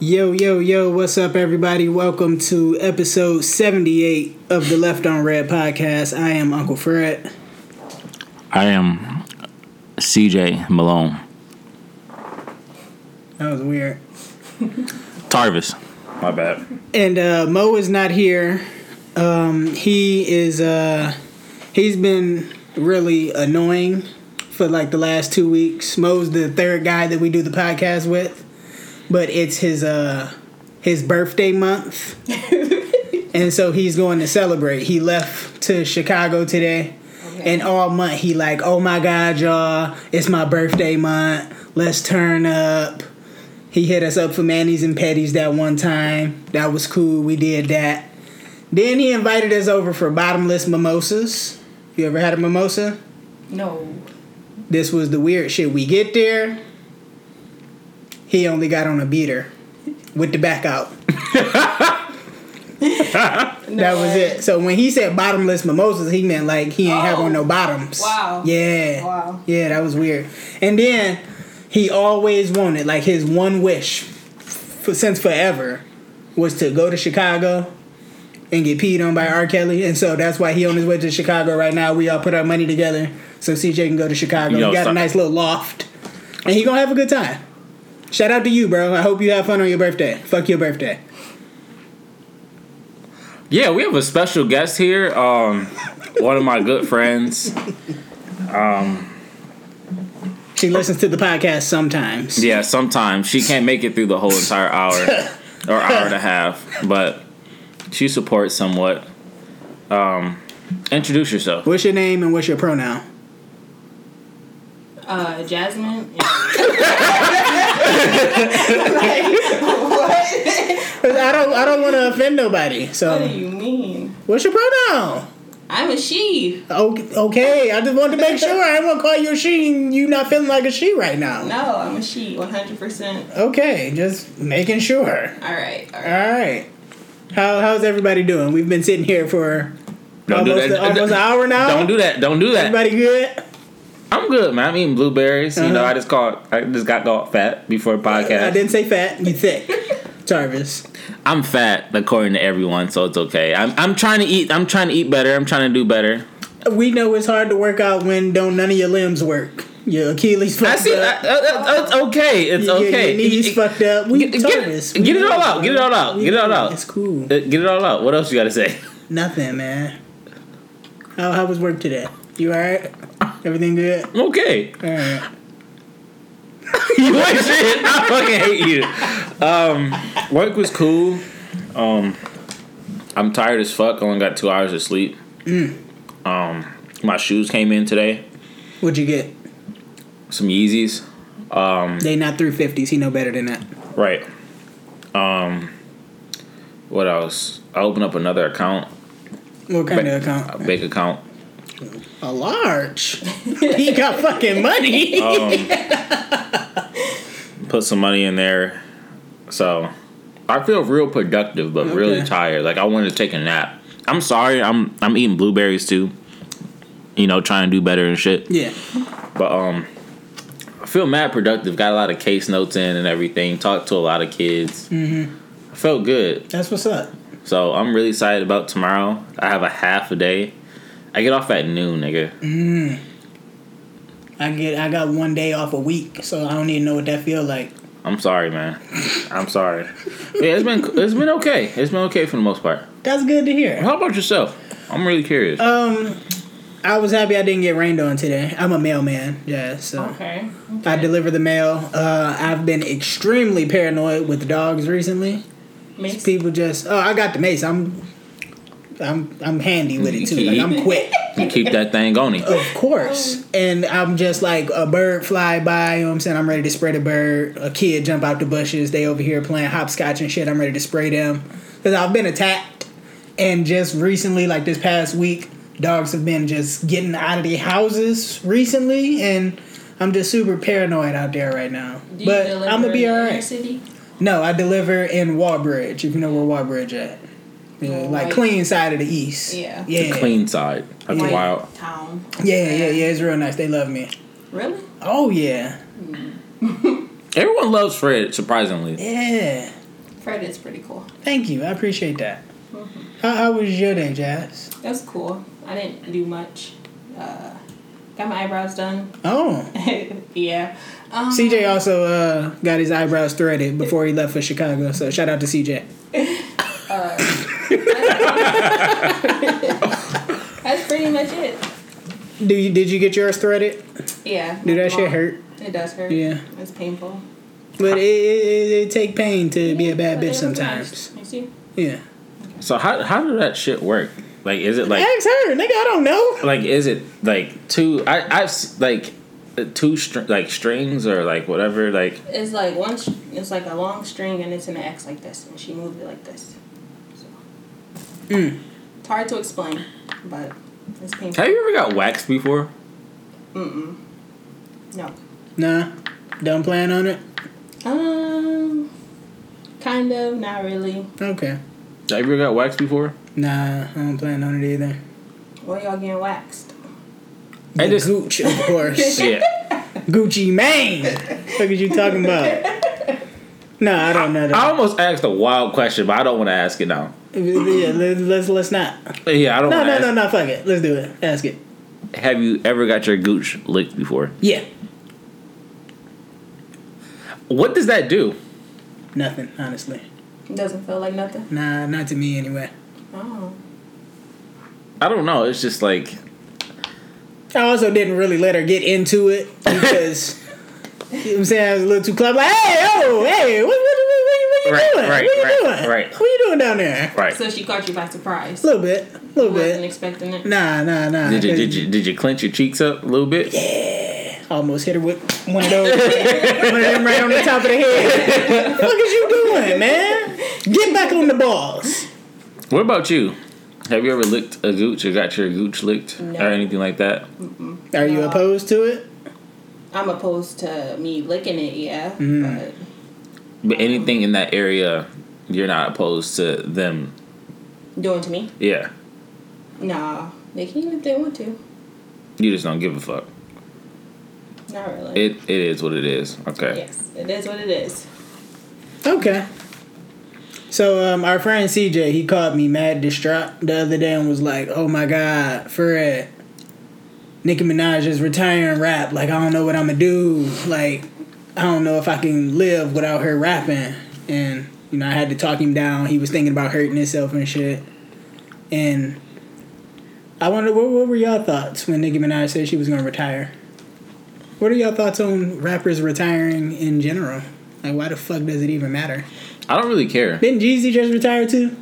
Yo, yo, yo, what's up, everybody? Welcome to episode 78 of the Left on Red podcast. I am Uncle Fred. I am CJ Malone. That was weird. Tarvis. My bad. And uh, Mo is not here. Um, he is, uh, he's been really annoying for like the last two weeks. Mo's the third guy that we do the podcast with, but it's his, uh, his birthday month. and so he's going to celebrate. He left to Chicago today. And all month he like, oh my god, y'all, it's my birthday month. Let's turn up. He hit us up for Manny's and Petties that one time. That was cool. We did that. Then he invited us over for bottomless mimosas. You ever had a mimosa? No. This was the weird shit. We get there. He only got on a beater with the back out. that was it. So when he said bottomless mimosas, he meant like he ain't have Oh. on no bottoms. Wow. Yeah. Wow. Yeah, that was weird. And then he always wanted like his one wish for since forever was to go to Chicago and get peed on by R. Kelly. And so that's why he on his way to Chicago right now. We all put our money together so CJ can go to Chicago. Yo, he got a stop. nice little loft. And he gonna have a good time. Shout out to you, bro. I hope you have fun on your birthday. Fuck your birthday. Yeah, we have a special guest here. Um, one of my good friends. She listens to the podcast sometimes. Yeah, sometimes she can't make it through the whole entire hour or hour and a half, but she supports somewhat. Um, introduce yourself. What's your name and what's your pronoun? Uh, Jasmine. I don't I don't want to offend nobody. what do So you mean? what's your pronoun? I'm a she. Okay, okay, I just wanted to make sure. I didn't want to call you a she and you not feeling like a she right now. No, I'm a she. 100%. Okay, just making sure. All right. All All right. right. How, how's everybody doing? We've been sitting here for Don't almost, almost an hour now. Don't do that. Don't do that. Everybody good? I'm good, man. I'm eating blueberries. You know, Uh-huh. Uh, I just called. I just got called fat before podcast. I didn't say fat. You thick, Jarvis. I'm fat according to everyone, so it's okay. I'm I'm trying to eat. I'm trying to eat better. I'm trying to do better. We know it's hard to work out when don't none of your limbs work. Your Achilles I fucked see. I, I, up. I- it's okay. It's your, okay. uh, your knees It- it- fucked up. We get- get it- Jarvis, get we it all know, out, get it all out, We get it all know. out. It's cool. uh, Get it all out. What else you got to say? Nothing, man. How how was work today? You all right? Everything good? I'm okay. All right. you ain't shit. I fucking hate you. Um, work was cool. Um, I'm tired as fuck. Only got two hours of sleep. Um, my shoes came in today. What'd you get? Some Yeezys. They not three fifties. He know better than that. Right. Um what else? I opened up another account, What kind of a account? big account. A large. he got fucking money. Put some money in there. So I feel real productive but really Okay. tired. Like I wanted to take a nap. I'm sorry, I'm I'm eating blueberries too. You know, trying to do better and shit. yeah. But um I feel mad productive. Got a lot of case notes in and everything. Talked to a lot of kids. Mm-hmm. I felt good. That's what's up. So I'm really excited about tomorrow. I have a half a day. I get off at noon, nigga. Mm. I get I got one day off a week, so I don't even know what that feel like. I'm sorry, man. I'm sorry. Yeah, it's been it's been okay. It's been okay for the most part. That's good to hear. How about yourself? I'm really curious. Uh, I was happy I didn't get rained on today. I'm a mailman, yeah. So Okay. I deliver the mail. Uh, I've been extremely paranoid with dogs recently. Mace. People just oh I got the mace. I'm I'm I'm handy with it too. Like I'm quick. you keep that thing going. Of Um, course. And I'm just like a bird fly by, you know what I'm saying? I'm ready to spray the bird. A kid jump out the bushes, they over here playing hopscotch and shit. I'm ready to spray them. Cuz I've been attacked and just recently like this past week, dogs have been just getting out of the houses recently and I'm just super paranoid out there right now. Do you but deliver I'm gonna be in the all inner right. City? No, I deliver in Warbridge, if you know where Warbridge at. Yeah, like Right. clean side of the east. Oh, Yeah. Yeah. Clean side. That's Yeah. wild. Town. Yeah, yeah, yeah. It's real nice. They love me. Really? Oh yeah, Everyone loves Fred, surprisingly. yeah. Friday's pretty cool. Thank you. I appreciate that. How, how was your day, Jazz? That was cool. I didn't do much. Uh, got my eyebrows done. Oh. Um, yeah. Um, CJ also uh, got his eyebrows threaded before he left for Chicago, so shout out to CJ. That's pretty much it. Do you, did you get yours threaded? Yeah. Do that my shit mom- hurt? It does hurt. Yeah. It's painful. But it, it, it, it take pain to be a bad But it bitch was sometimes. nice. You see? Yeah. So how how did that shit work? Like, is it like Ask her, nigga. I don't know. like is it like two? I I've s- like uh, two str- like strings or like whatever like It's like one. sh- It's like a long string, and it's in an X like this, and she moved it like this. So. Hmm. It's hard to explain, but it's painful. Have you ever got waxed before? No. Nah, don't plan on it. Um. Kind of. Not really. Okay. Have you ever got waxed before? Nah, I don't plan on it either. Where y'all getting waxed? I The just- Gucci, of course. Yeah. Gucci Mane. What are you talking about? No, I don't know I that. almost asked a wild question, but I don't want to ask it now. Yeah, let- let's let's not. Yeah, I don't. No, wanna no, ask. no, no. Fuck it. Let's do it. Ask it. Have you ever got your gooch licked before? Yeah. What does that do? Nothing, honestly. It doesn't feel like nothing. Nah, not to me anyway. Oh. I don't know. It's just like I also didn't really let her get into it because you know what I'm saying I was a little too club. Like, hey, oh, hey, what, what, what, what, what you Right, doing? right, what you right, doing? right. What you doing down there? right. So she caught you by surprise. A little bit, a little Wasn't bit. expecting it. Nah, nah, nah. Did you did you did you clench your cheeks up a little bit? Eh, Almost hit her with one of those, one of them right on the top of the head. What the fuck is you doing, man? Get back on the balls. What about you? Have you ever licked a gooch or got your gooch licked or anything like that? Are you opposed to it? I'm opposed to me licking it. Yeah. Hmm. But But anything in that area, you're not opposed to them. doing to me? Yeah, Nah. They can if they want to. you just don't give a fuck. Not really. It it is what it is. Okay. Yes, it is what it is. Okay. So um, our friend CJ, he called me mad distraught the other day and was like, "Oh my God, Fred, Nicki Minaj is retiring rap. Like I don't know what I'm gonna do. Like I don't know if I can live without her rapping." And you know, I had to talk him down. He was thinking about hurting himself and shit. And I wonder what, what were y'all thoughts when Nicki Minaj said she was gonna retire? What are y'all thoughts on rappers retiring in general? Like, why the fuck does it even matter? I don't really care. Didn't Jeezy just retire too?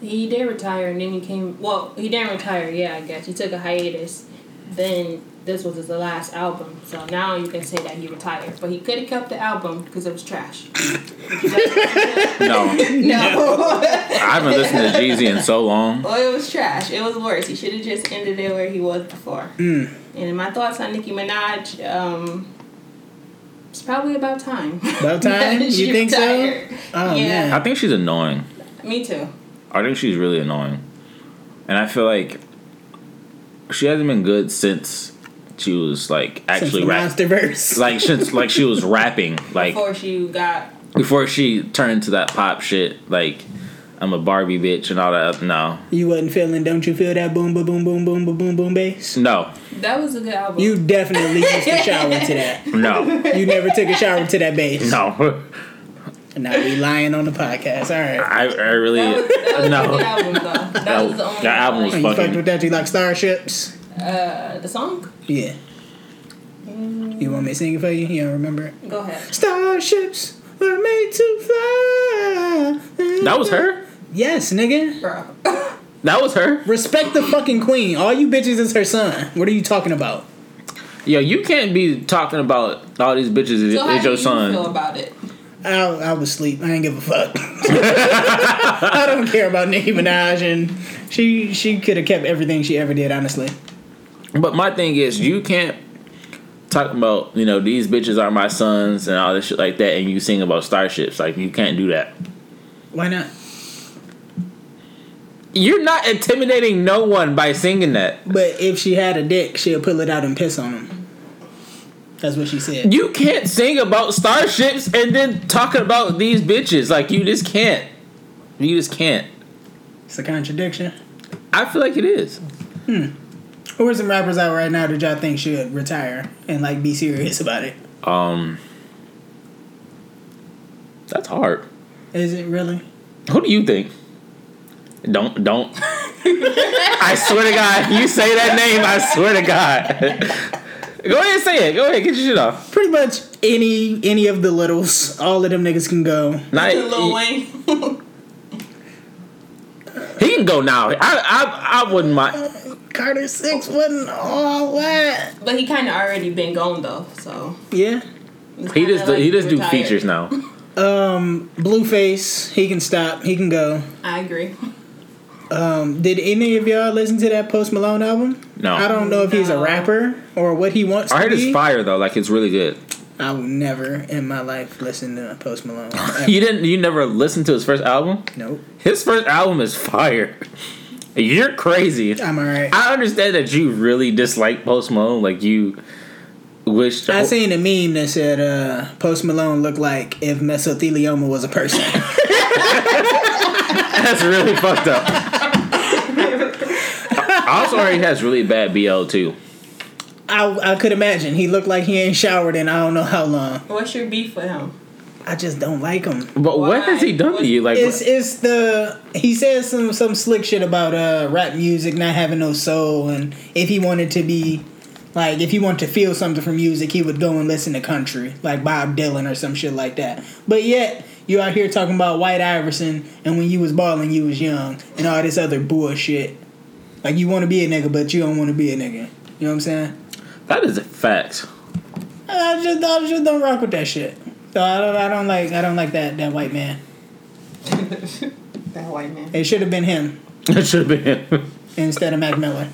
He did retire, and then he came. Well, he didn't retire. Yeah, I guess he took a hiatus. Then this was his last album, so now you can say that he retired. But he could have kept the album because it was trash. No, No, I haven't listened to Jeezy in so long. well, it was trash. It was worse. He should have just ended it where he was before. Mm. And my thoughts on Nicki Minaj. Um, it's probably about time. About time? that she You think so? retired. Oh, I yeah, think she's annoying. me too. I think she's really annoying, and I feel like she hasn't been good since she was like actually Since the rap. Monsterverse. Like since like she was rapping, like Before she got before she turned to that pop shit, like I'm a Barbie bitch and all that. No, you wasn't feeling, don't you feel that boom, boom, boom, boom, boom, boom, boom, boom bass? no, that was a good album. You definitely used to shower to that. no, You never took a shower to that bass. no. And now we lying on the podcast. All right. I, I really That was, that was a no. good album though. That, was the only that album was Oh, You Fucking- fucked with that? You like starships? uh, the song. Yeah. You want me to sing it for you? You don't remember it? Go ahead. Starships were made to fly. That was her. Yes, nigga. Bro. That was her. Respect the fucking queen. All you bitches is her son. What are you talking about? Yo, you can't be talking about all these bitches is, So how is do your you son. feel about it? I, I was asleep. I didn't give a fuck. I don't care about Nicki Minaj, and she she could have kept everything she ever did. Honestly, But my thing is, you can't talk about you know these bitches are my sons and all this shit like that, and you sing about starships. Like you can't do that. why not? You're not intimidating no one by singing that. But if she had a dick, she'll pull it out and piss on him. That's what she said. You can't sing about starships and then talking about these bitches. Like you just can't. You just can't. It's a contradiction. I feel like it is. Who are some rappers out right now that y'all think should retire and like be serious about it? Um, that's hard. Is it really? Who do you think? Don't don't. I swear to God, you say that name. I swear to God. Go ahead, and say it. Go ahead, get your shit off. Pretty much any any of the littles, all of them niggas can go. Not, Lil he, Wayne. he can go now. I I, I wouldn't mind. Carter Six wasn't all that. but he kind of already been gone though, so. Yeah. it's He kinda just do- like he just do retired. features now. Um, Blueface, he can stop. He can go. I agree. Um, did any of y'all listen to that Post Malone album? No. I don't know if he's a No. rapper or what he wants I to heard be. it's fire though. Like it's really good. I will never in my life listen to Post Malone. ever. You didn't. You never listened to his first album. nope. His first album is fire. You're crazy. I'm alright. I understand that you really dislike Post Malone. Like you wish. I seen a meme that said uh, Post Malone looked like if mesothelioma was a person. That's really fucked up. I also heard he has really bad BL too. I, I could imagine he looked like he ain't showered in I don't know how long. What's your beef with him? I just don't like him. But Why? what has he done to you? Like It's it's the he says some some slick shit about uh rap music not having no soul and if he wanted to be like if he wanted to feel something from music he would go and listen to country like Bob Dylan or some shit like that. But yet you out here talking about White Iverson and when you was balling you was young and all this other bullshit. Like you want to be a nigga but you don't want to be a nigga. You know what I'm saying? that is a fact. I just I just don't rock with that shit. So I don't I don't like I don't like that that white man. That white man. It should have been him It should have been. instead of Mac Miller.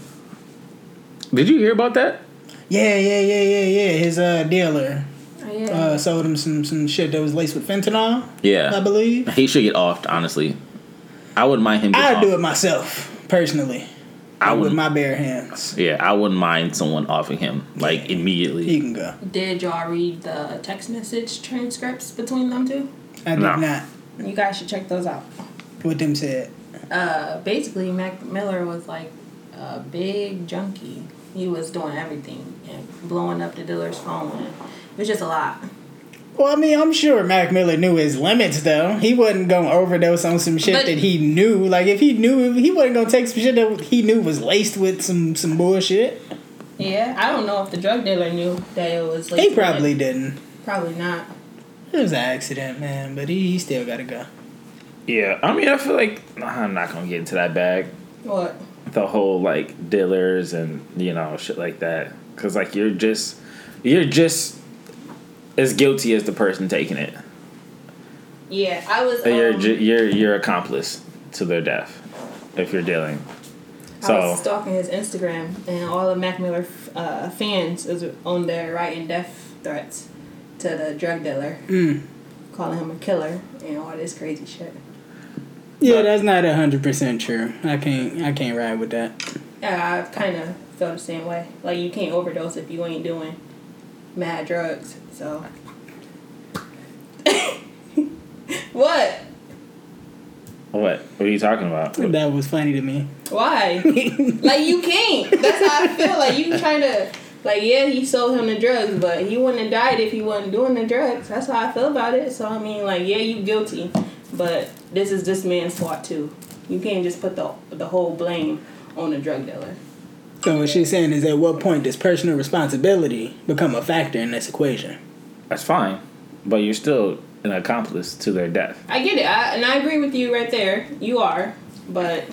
Did you hear about that? Yeah, yeah, yeah, yeah, yeah. His uh, dealer Oh, yeah. uh, sold him some, some shit that was laced with fentanyl, Yeah. I believe. He should get offed. Honestly, I wouldn't mind him. Uh, I'd do off. it myself, personally, I with would. my bare hands. Yeah, I wouldn't mind someone offing him like immediately. You can go. Did y'all read the text message transcripts between them two? I did No. not. You guys should check those out. What them said. Uh, basically, Mac Miller was like a big junkie. He was doing everything and blowing up the dealer's phone. And it was just a lot. Well, I mean, I'm sure Mac Miller knew his limits, though. He wasn't gonna overdose on some shit But- that he knew. Like, if he knew, he wasn't gonna take some shit that he knew was laced with some some bullshit. Yeah, I don't know if the drug dealer knew that it was. He laced with it. probably didn't. Probably not. It was an accident, man. But he, he still gotta go. Yeah, I mean, I feel like I'm not gonna get into that bag. What? The whole like dealers and you know shit like that, because like you're just, you're just as guilty as the person taking it. Yeah, I was. But you're um, ju- you're you're accomplice to their death if you're dealing. I was So stalking his Instagram, and all of Mac Miller uh, fans is on there writing death threats to the drug dealer, calling him a killer and all this crazy shit. Yeah, But- that's not hundred percent true. I can't I can't ride with that. Yeah, I kind of felt the same way. Like you can't overdose if you ain't doing mad drugs. So what? what? What are you talking about? That was funny to me. Why? like you can't. That's how I feel. Like you trying to. Like yeah, he sold him the drugs, but he wouldn't have died if he wasn't doing the drugs. That's how I feel about it. So I mean, like yeah, you guilty, but this is this man's fault too. You can't just put the the whole blame on the drug dealer. So what she's saying is, at what point does personal responsibility become a factor in this equation? That's fine, but you're still an accomplice to their death. I get it, I, and I agree with you right there. You are, but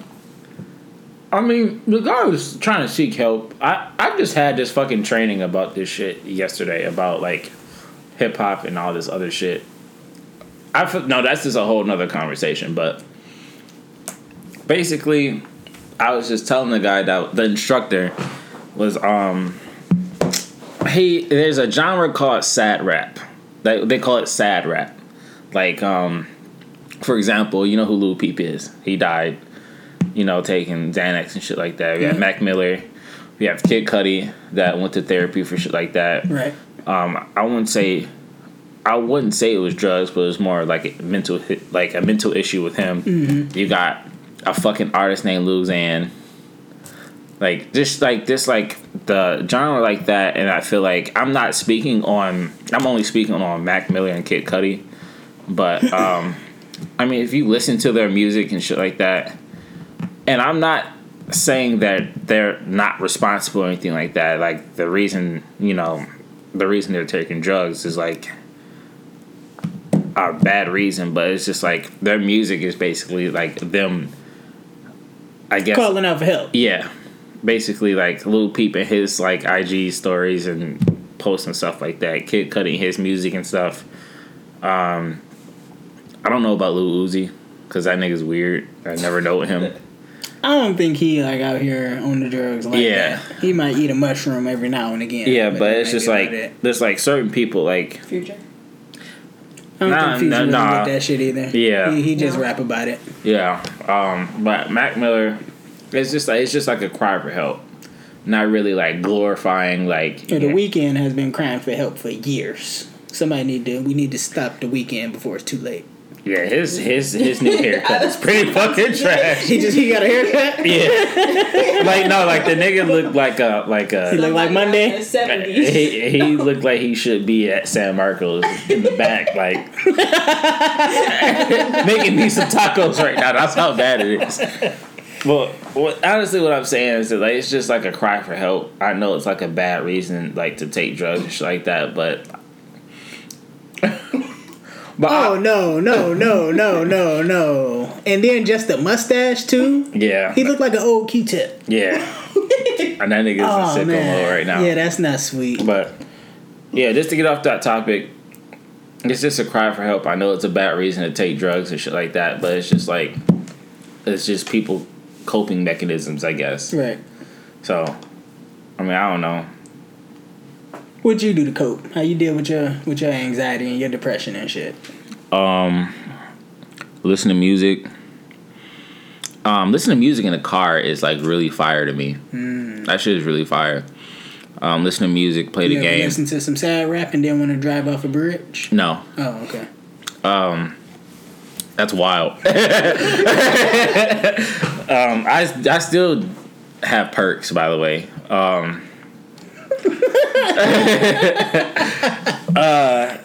I mean, regardless, trying to seek help. I I just had this fucking training about this shit yesterday about like hip hop and all this other shit. I feel, no, that's just a whole nother conversation. But basically, I was just telling the guy that the instructor was um he there's a genre called sad rap. They they call it sad rap. Like um for example, you know who Lil Peep is. He died you know, taking Xanax and shit like that. We have Mac Miller. We have Kid Cudi that went to therapy for shit like that. Right. Um, I wouldn't say I wouldn't say it was drugs, but it was more like a mental, hi- like a mental issue with him. You got a fucking artist named Luzanne. Like just like this, like the genre like that, and I feel like I'm not speaking on. I'm only speaking on Mac Miller and Kid Cudi, but um, I mean, if you listen to their music and shit like that, and I'm not saying that they're not responsible or anything like that. Like the reason, you know, the reason they're taking drugs is like a bad reason, but it's just like their music is basically like them. I guess Calling out for help. yeah, basically like Lil Peep and his like IG stories and posts and stuff like that. Kid cutting his music and stuff. Um, I don't know about Lil Uzi because that nigga's weird. I never know with him. I don't think he like out here on the drugs like Yeah. that. He might eat a mushroom every now and again. yeah, but he it's might just get out like of that. there's like certain people like Future. I don't nah, think Future nah, really nah. did that shit either. Yeah. he, he just No. rap about it. yeah. Um, but Mac Miller, it's just like it's just like a cry for help. Not really like glorifying like So The weekend has been crying for help for years. Somebody need to. We need to stop the weekend before it's too late. yeah his his his new haircut is pretty fucking trash. He just he got a haircut. Yeah. like no, like the nigga looked like a like He a look like Monday? Seventies. he, he looked like he should be at San Marcos in the back, like making me some tacos right now. That's how bad it is. Well, what, honestly, what I'm saying is that like it's just like a cry for help. I know it's like a bad reason, like to take drugs and shit like that, but but I- Oh no no no no no no! And then just the mustache too. yeah, He looked like an old Q-tip. yeah, and that nigga's Oh in sicko man, mode right now. Yeah, that's not sweet. But yeah, just to get off that topic, it's just a cry for help. I know it's a bad reason to take drugs and shit like that, but it's just like it's just people coping mechanisms, I guess. Right. So, I mean, I don't know. What you do to cope? How you deal with your with your anxiety and your depression and shit? Listen to music. Um, listen to music in the car is like really fire to me. That shit is really fire. Um, listen to music, play You the ever game. listen to some sad rap and then want to drive off a bridge? No, Oh, okay. That's wild. um, I I still have perks, by the way. Um,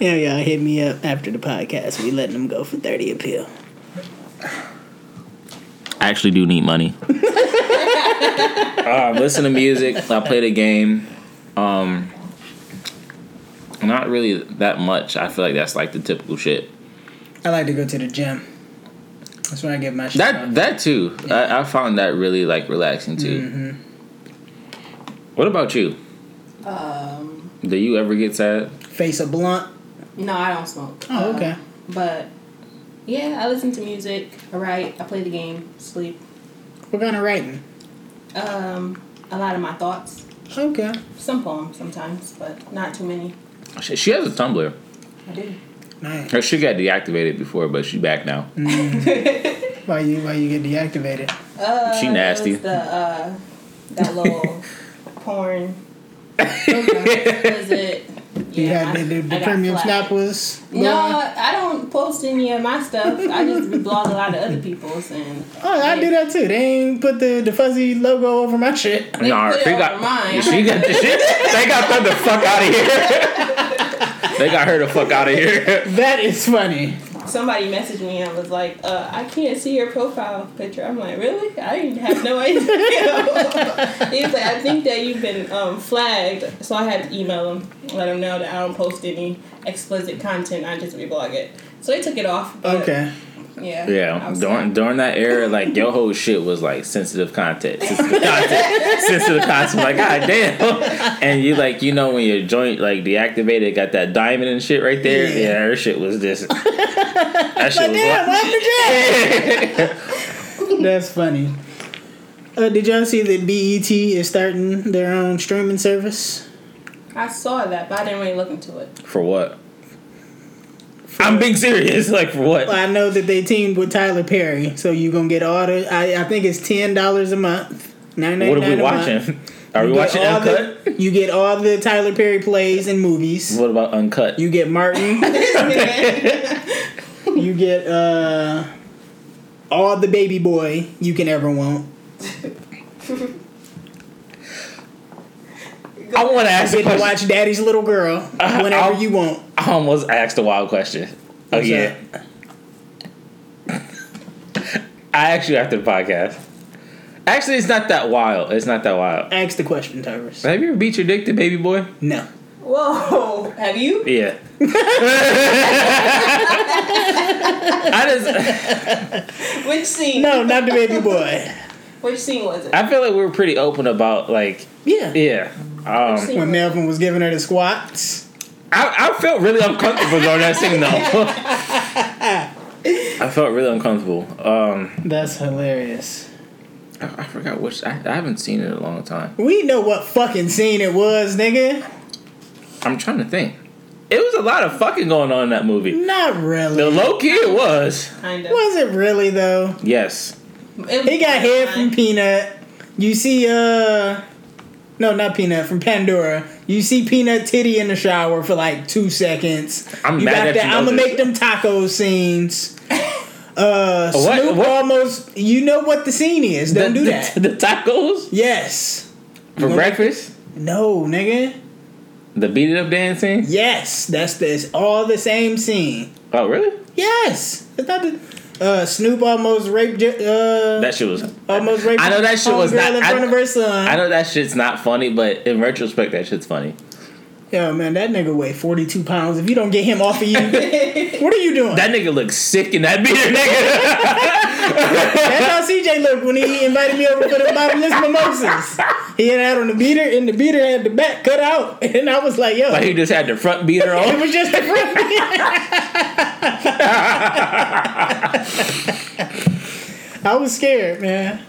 Yeah, y'all hit me up after the podcast. We letting them go for thirty a pill. I actually do need money. um, listen to music. I play the game. Um, not really that much. I feel like that's like the typical shit. I like to go to the gym. That's where I get my shit. That that too. I, I found that really like relaxing too. Mm-hmm. What about you? Um, Do you ever get sad? Face a blunt. no, I don't smoke. Oh, Uh, okay. but yeah, I listen to music. I write. I play the game. Sleep. What kind of writing? Um, a lot of my thoughts. Okay. Some poems sometimes, but not too many. She, she has a Tumblr. I do. Nice. Her shit got deactivated before, but she back now. Why you why you get deactivated? Uh, She nasty. it was The uh, that little porn. Was it? You Yeah, had I- the, the, the I got premium flagged. snap was No, I don't post any of my stuff. I just blog a lot of other people's and. Oh, I do that too. They ain't put the, the fuzzy logo over my shit. They Nah, put it she over got mine. she got the shit. They got her the fuck out of here. they got her the fuck out of here. That is funny. Somebody messaged me and was like, uh, "I can't see your profile picture." I'm like, "Really? I didn't have no idea." he was like, "I think that you've been um, flagged," so I had to email him, let him know that I don't post any explicit content. I just reblog it. So they took it off. but, Okay. Yeah. I Yeah, was during like, during that era, like your whole shit was like sensitive content, sensitive content, sensitive content. Like god damn, and you like you know when your joint like deactivated, got that diamond and shit right there. Yeah, Yeah. her shit was this. That shit But was. damn, wild. I'm the jack. That's funny. Uh, did y'all see that BET is starting their own streaming service? I saw that, but I didn't really look into it. for what? I'm being serious. Like for what? I know that they teamed with Tyler Perry, so you gonna get all the. I, I think it's ten dollars a month. Nine ninety What nine. are we watching? Are we You get watching all Uncut? The, you get all the Tyler Perry plays and movies. What about Uncut? You get Martin. you get uh, all the baby boy you can ever want. I want to ask You a get to question. watch Daddy's Little Girl whenever I'll- Oh, you want. I almost asked a wild question again. I asked you after the podcast. Actually, it's not that wild. It's not that wild. Ask the question, Tyrus. Have you ever beat your dick to baby boy? No. Whoa, have you? Yeah. I just, Which scene? No, not the baby boy. Which scene was it? I feel like we were pretty open about like, Yeah. yeah. Um, Scene When was it? Melvin was giving her the squats. I, I felt really uncomfortable during that scene though. I felt really uncomfortable. Um, That's hilarious. I, I forgot which. I, I haven't seen it in a long time. We know what fucking scene it was, nigga. I'm trying to think. It was a lot of fucking going on in that movie. Not really. The low key it was. Kind of. was it really though? Yes. It- He got hair from Peanut. You see, uh, no, not Peanut, from Pandora. You see Peanut titty in the shower for like two seconds. I'm you mad that you know I'm gonna this. make them taco scenes. Uh, What- Snoop what- almost. You know what the scene is. Don't the, do the- that. The, tacos yes. for wanna- breakfast. No, nigga. The beat it up dancing. Yes, that's this. All the same scene. Oh really? Yes. It's not the. Uh, Snoop almost raped. J- Uh, That shit was. almost raped. I know that shit was homegirl not- in I- front of her son. I know that shit's not funny, but in retrospect, that shit's funny. Yo, man, that nigga weigh 42 pounds. If you don't get him off of you, what are you doing? That nigga looks sick in that beat it, nigga. That's how CJ looked when he invited me over for the bottomless mimosas. He had out on the beater, and the beater had the back cut out. And I was like, yo, like he just had the front beater it on. was just a friend. I was scared, man.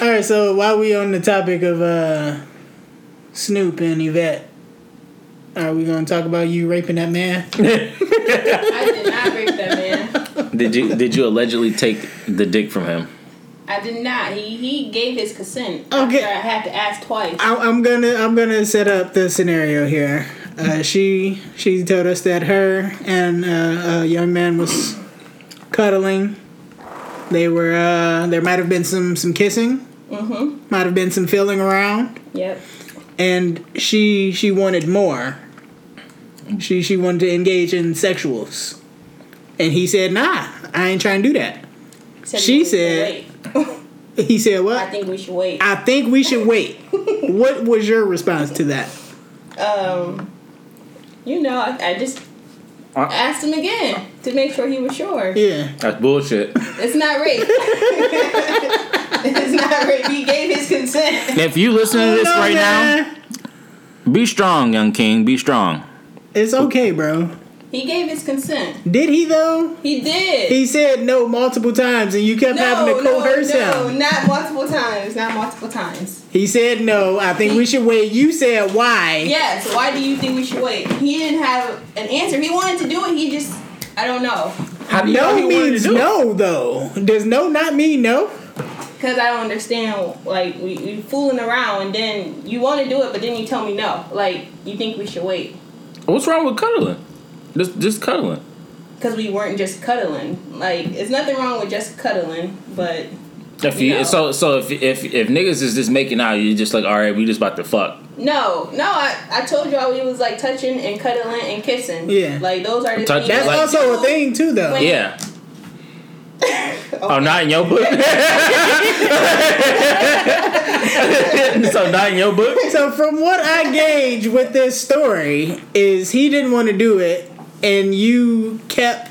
All right, so while we on the topic of uh, Snoop and Yvette, are we gonna talk about you raping that man? I did not rape that man. Did you did you allegedly take the dick from him? I did not. He he gave his consent. Okay. After I had to ask twice. I- I'm gonna I'm gonna set up the scenario here. Uh, she she told us that her and uh, a young man was cuddling. They were uh, there might have been some some kissing. Might have been some feeling around, Yep. and she she wanted more. She she wanted to engage in sexuals, and he said, "Nah, I ain't trying to do that." Said She we should said- wait. He said, "What?" I think we should wait. I think we should wait. what was your response to that? Um, you know, I, I just asked him again to make sure he was sure. Yeah. That's bullshit. It's not rape. it's not rape. He gave his consent. If you listening to this No, right now, man. be strong, young king. Be strong. It's okay, bro. He gave his consent. Did he though? He did. He said no multiple times, and you kept having to coerce no, him. not multiple times. Not multiple times. He said no. I think we should wait. You said why? Yes. Why do you think we should wait? He didn't have an answer. He wanted to do it. He just, I don't know, How do know he No wanted to means do it? no, though. Does no not mean no? cause I don't understand. Like we, we fooling around, and then you want to do it, but then you tell me no. Like you think we should wait. What's wrong with cuddling? Just just cuddling. because we weren't just cuddling. Like, it's nothing wrong with just cuddling, but If you No. so so if if if niggas is just making out, you just like all right, we just about to fuck. no, no, I, I told y'all we was like touching and cuddling and kissing. Yeah. Like, those are the Touch- That's things. Like- also a thing too, though. Wait. Yeah. Oh, not in your book. so not in your book. So from what I gauge with this story is he didn't want to do it, and you kept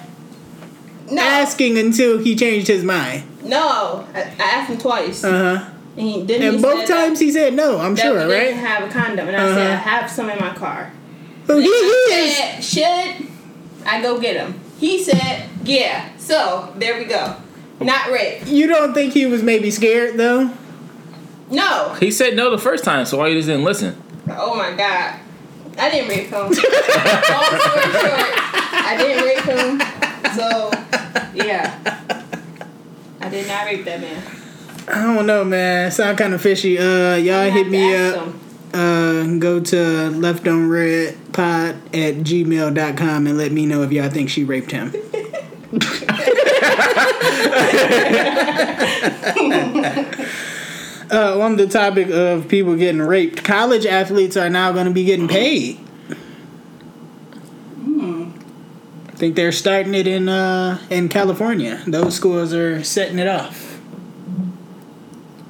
No, asking until he changed his mind. no. I, I asked him twice. Uh huh. and he didn't And he both said that- times he said no. I'm that we sure, didn't right? have a condom. And I said, I Uh-huh. have some in my car. So he I is. said, should I go get him? He said, yeah. So, there we go. Not rape. You don't think he was maybe scared though? No. He said no the first time, so why you just didn't listen? Oh my god. I didn't rape him. Long story short, I didn't rape him. So, yeah. I did not rape that man. I don't know, man. Sound kind of fishy. Uh, y'all hit me up. Uh, go to left on red pod at gmail.com and let me know if y'all think she raped him. uh, on the topic of people getting raped, college athletes are now going to be getting paid. think they're starting it in uh, in California. Those schools are setting it off.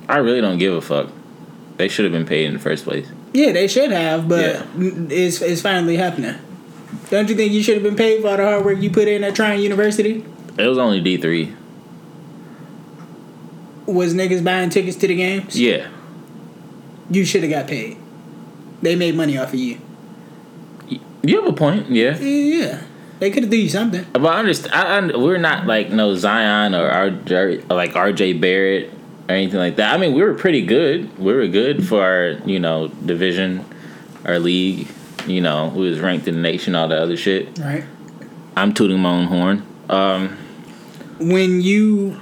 I really don't give a fuck. They should have been paid in the first place. Yeah, they should have, but Yeah. m it's, it's finally happening. Don't you think you should have been paid for all the hard work you put in at Tryon University? It was only D three. Was niggas buying tickets to the games? Yeah, You should have got paid. They made money off of you. you have a point. Yeah, Yeah, Yeah, they could have do you something. but I understand. I, I, we're not like no Zion or R, J- like R.J. Barrett or anything like that. I mean, we were pretty good. We were good for our you know division, our league. You know, we was ranked in the nation, all that other shit. Right. I'm tooting my own horn. Um, When you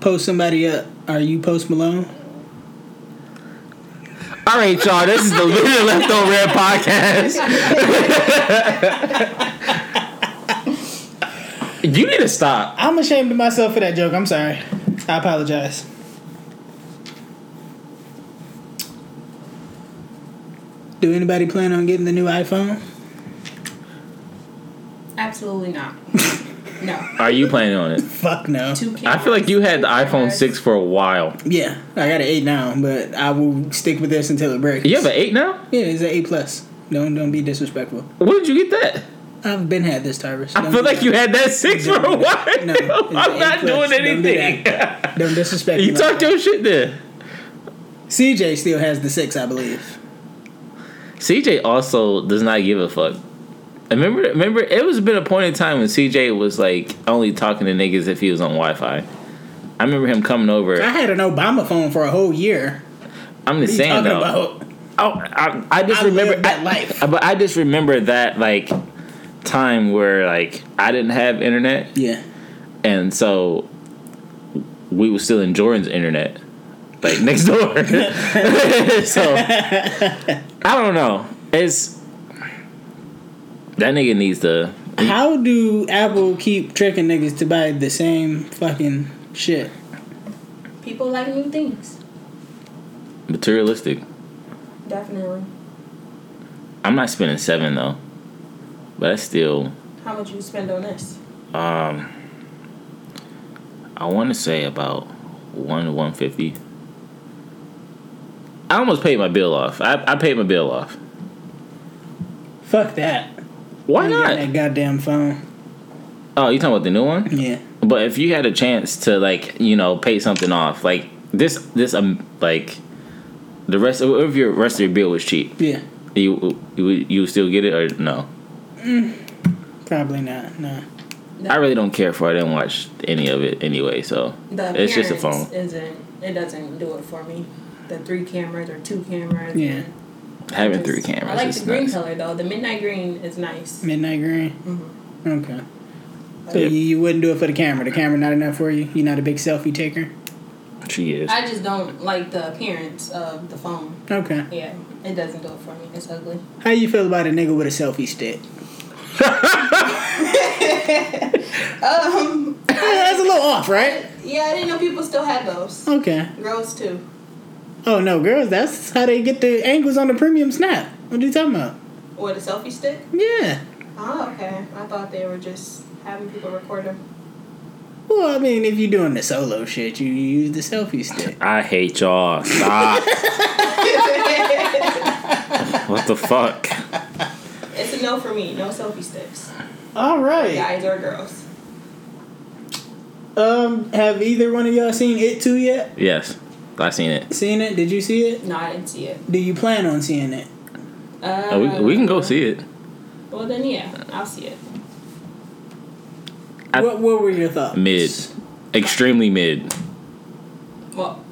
post somebody up, are you Post Malone? all right, y'all. This is the Literally Left on Red podcast. you need to stop. I'm ashamed of myself for that joke. I'm sorry. I apologize. Do anybody plan on getting the new iPhone? Absolutely not. no. Are you planning on it? Fuck no. Two I feel like you had the iPhone six for a while. Yeah, I got an eight now, but I will stick with this until it breaks. You have an eight now. yeah, it's an eight plus. Don't don't be disrespectful. Where did you get that? I've been had this, Tyrus. I Don't feel do like that. you had that six for a Don't do while. that. No, it's an I'm not eight plus. doing Don't do anything. Don't disrespect. you me talked like your shit there. that. CJ still has the six, I believe. CJ also does not give a fuck. Remember, remember, it was been a point in time when CJ was like only talking to niggas if he was on Wi-Fi. I remember him coming over. I had an Obama phone for a whole year. I'm What just are you talking saying though. about? Oh, I, I just I remember lived that I- life. But I just remember that like time where like I didn't have internet, Yeah. and so we were still in Jordan's internet, like next door. so I don't know. It's that nigga needs to. How do Apple keep tricking niggas to buy the same fucking shit? People like new things. materialistic. Definitely. I'm not spending seven though, but that's still. How much you spend on this? Um, I want to say about one one fifty. I almost paid my bill off. I, I paid my bill off. Fuck that. Why I'm getting not? That goddamn phone. Oh, you talking about the new one? Yeah. But if you had a chance to like you know pay something off, like this this um like the rest of if your rest of your bill was cheap, Yeah. you you would- you would still get it or no? Probably not. No. I really don't care for. it. I didn't watch any of it anyway, so The it's just a appearance phone. Isn't it doesn't do it for me. The three cameras or two cameras. Yeah. and Having just- three cameras. I like is the green nice. color though. The midnight green is nice. Midnight green. Okay. So Yeah. you, you wouldn't do it for the camera. The camera not enough for you. You're not a big selfie taker. She is. I just don't like the appearance of the phone. Okay. Yeah, it doesn't do it for me. It's ugly. How you feel about a nigga with a selfie stick? Um, That's a little off, right? yeah, I didn't know people still had those. Okay. Girls too. Oh no, girls. That's how they get the angles on the premium snap. What are you talking about? Or the selfie stick. Yeah. Oh, okay. I thought they were just having people record them. Well, I mean, if you're doing the solo shit, you use the selfie stick. I hate y'all. Stop. Ah. what the fuck? It's a no for me. No selfie sticks. All right. Guys or girls. Um, have either one of y'all seen it too yet? Yes, I seen it. Seen it? Did you see it? No, I didn't see it. Do you plan on seeing it? Uh, Oh, we, we can go see it. Well, then yeah, I'll see it. I- what What were your thoughts? Mid, extremely mid. Well,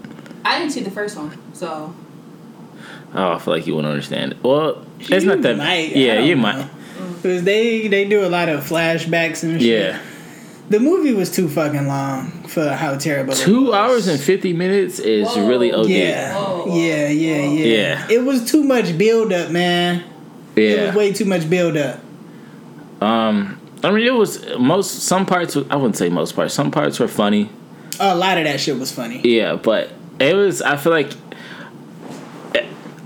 I didn't see the first one, so Oh, I feel like you won't understand. it. Well, it's You not that. might, I yeah, don't you know. might. Cause they they do a lot of flashbacks and shit. Yeah, The movie was too fucking long for how terrible. it Two was. hours and fifty minutes is Whoa. really OD. Yeah, Whoa, whoa, yeah, yeah, whoa. yeah, Yeah. It was too much build up, man. It was yeah. way too much build up. Um, I mean, it was most some parts. I wouldn't say most parts. Some parts were funny. A lot of that shit was funny. Yeah, but it was. I feel like.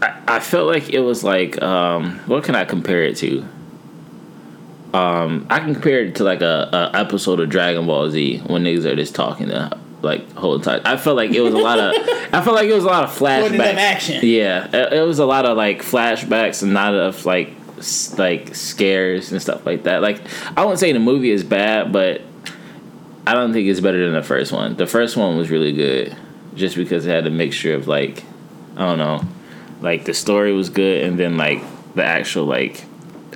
I, I felt like it was like. Um, what can I compare it to? Um, I can compare it to like a, a episode of Dragon Ball Z when niggas are just talking the like whole entire. I felt like it was a lot of. I felt like it was a lot of Wasn't enough flashbacks. action. Yeah, it, it was a lot of like flashbacks and not of like s- like scares and stuff like that. Like I wouldn't say the movie is bad, but I don't think it's better than the first one. The first one was really good, just because it had a mixture of like I don't know, like the story was good, and then like the actual like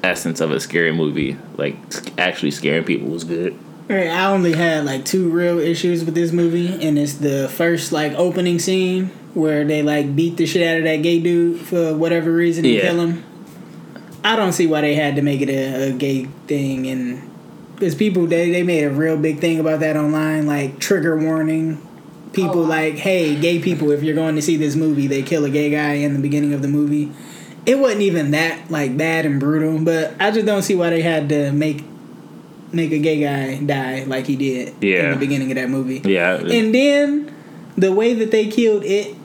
essence of a scary movie, like sc- actually scaring people was good. Right, I only had like two real issues with this movie, and it's the first like opening scene where they like beat the shit out of that gay dude for whatever reason and Yeah. kill him. I don't see why they had to make it a, a gay thing, and because people they they made a real big thing about that online, like trigger warning. People Oh, wow. like, hey, gay people, if you're going to see this movie, they kill a gay guy in the beginning of the movie. It wasn't even that like bad and brutal, but I just don't see why they had to make make a gay guy die like he did Yeah. in the beginning of that movie. Yeah, it And then the way that they killed it,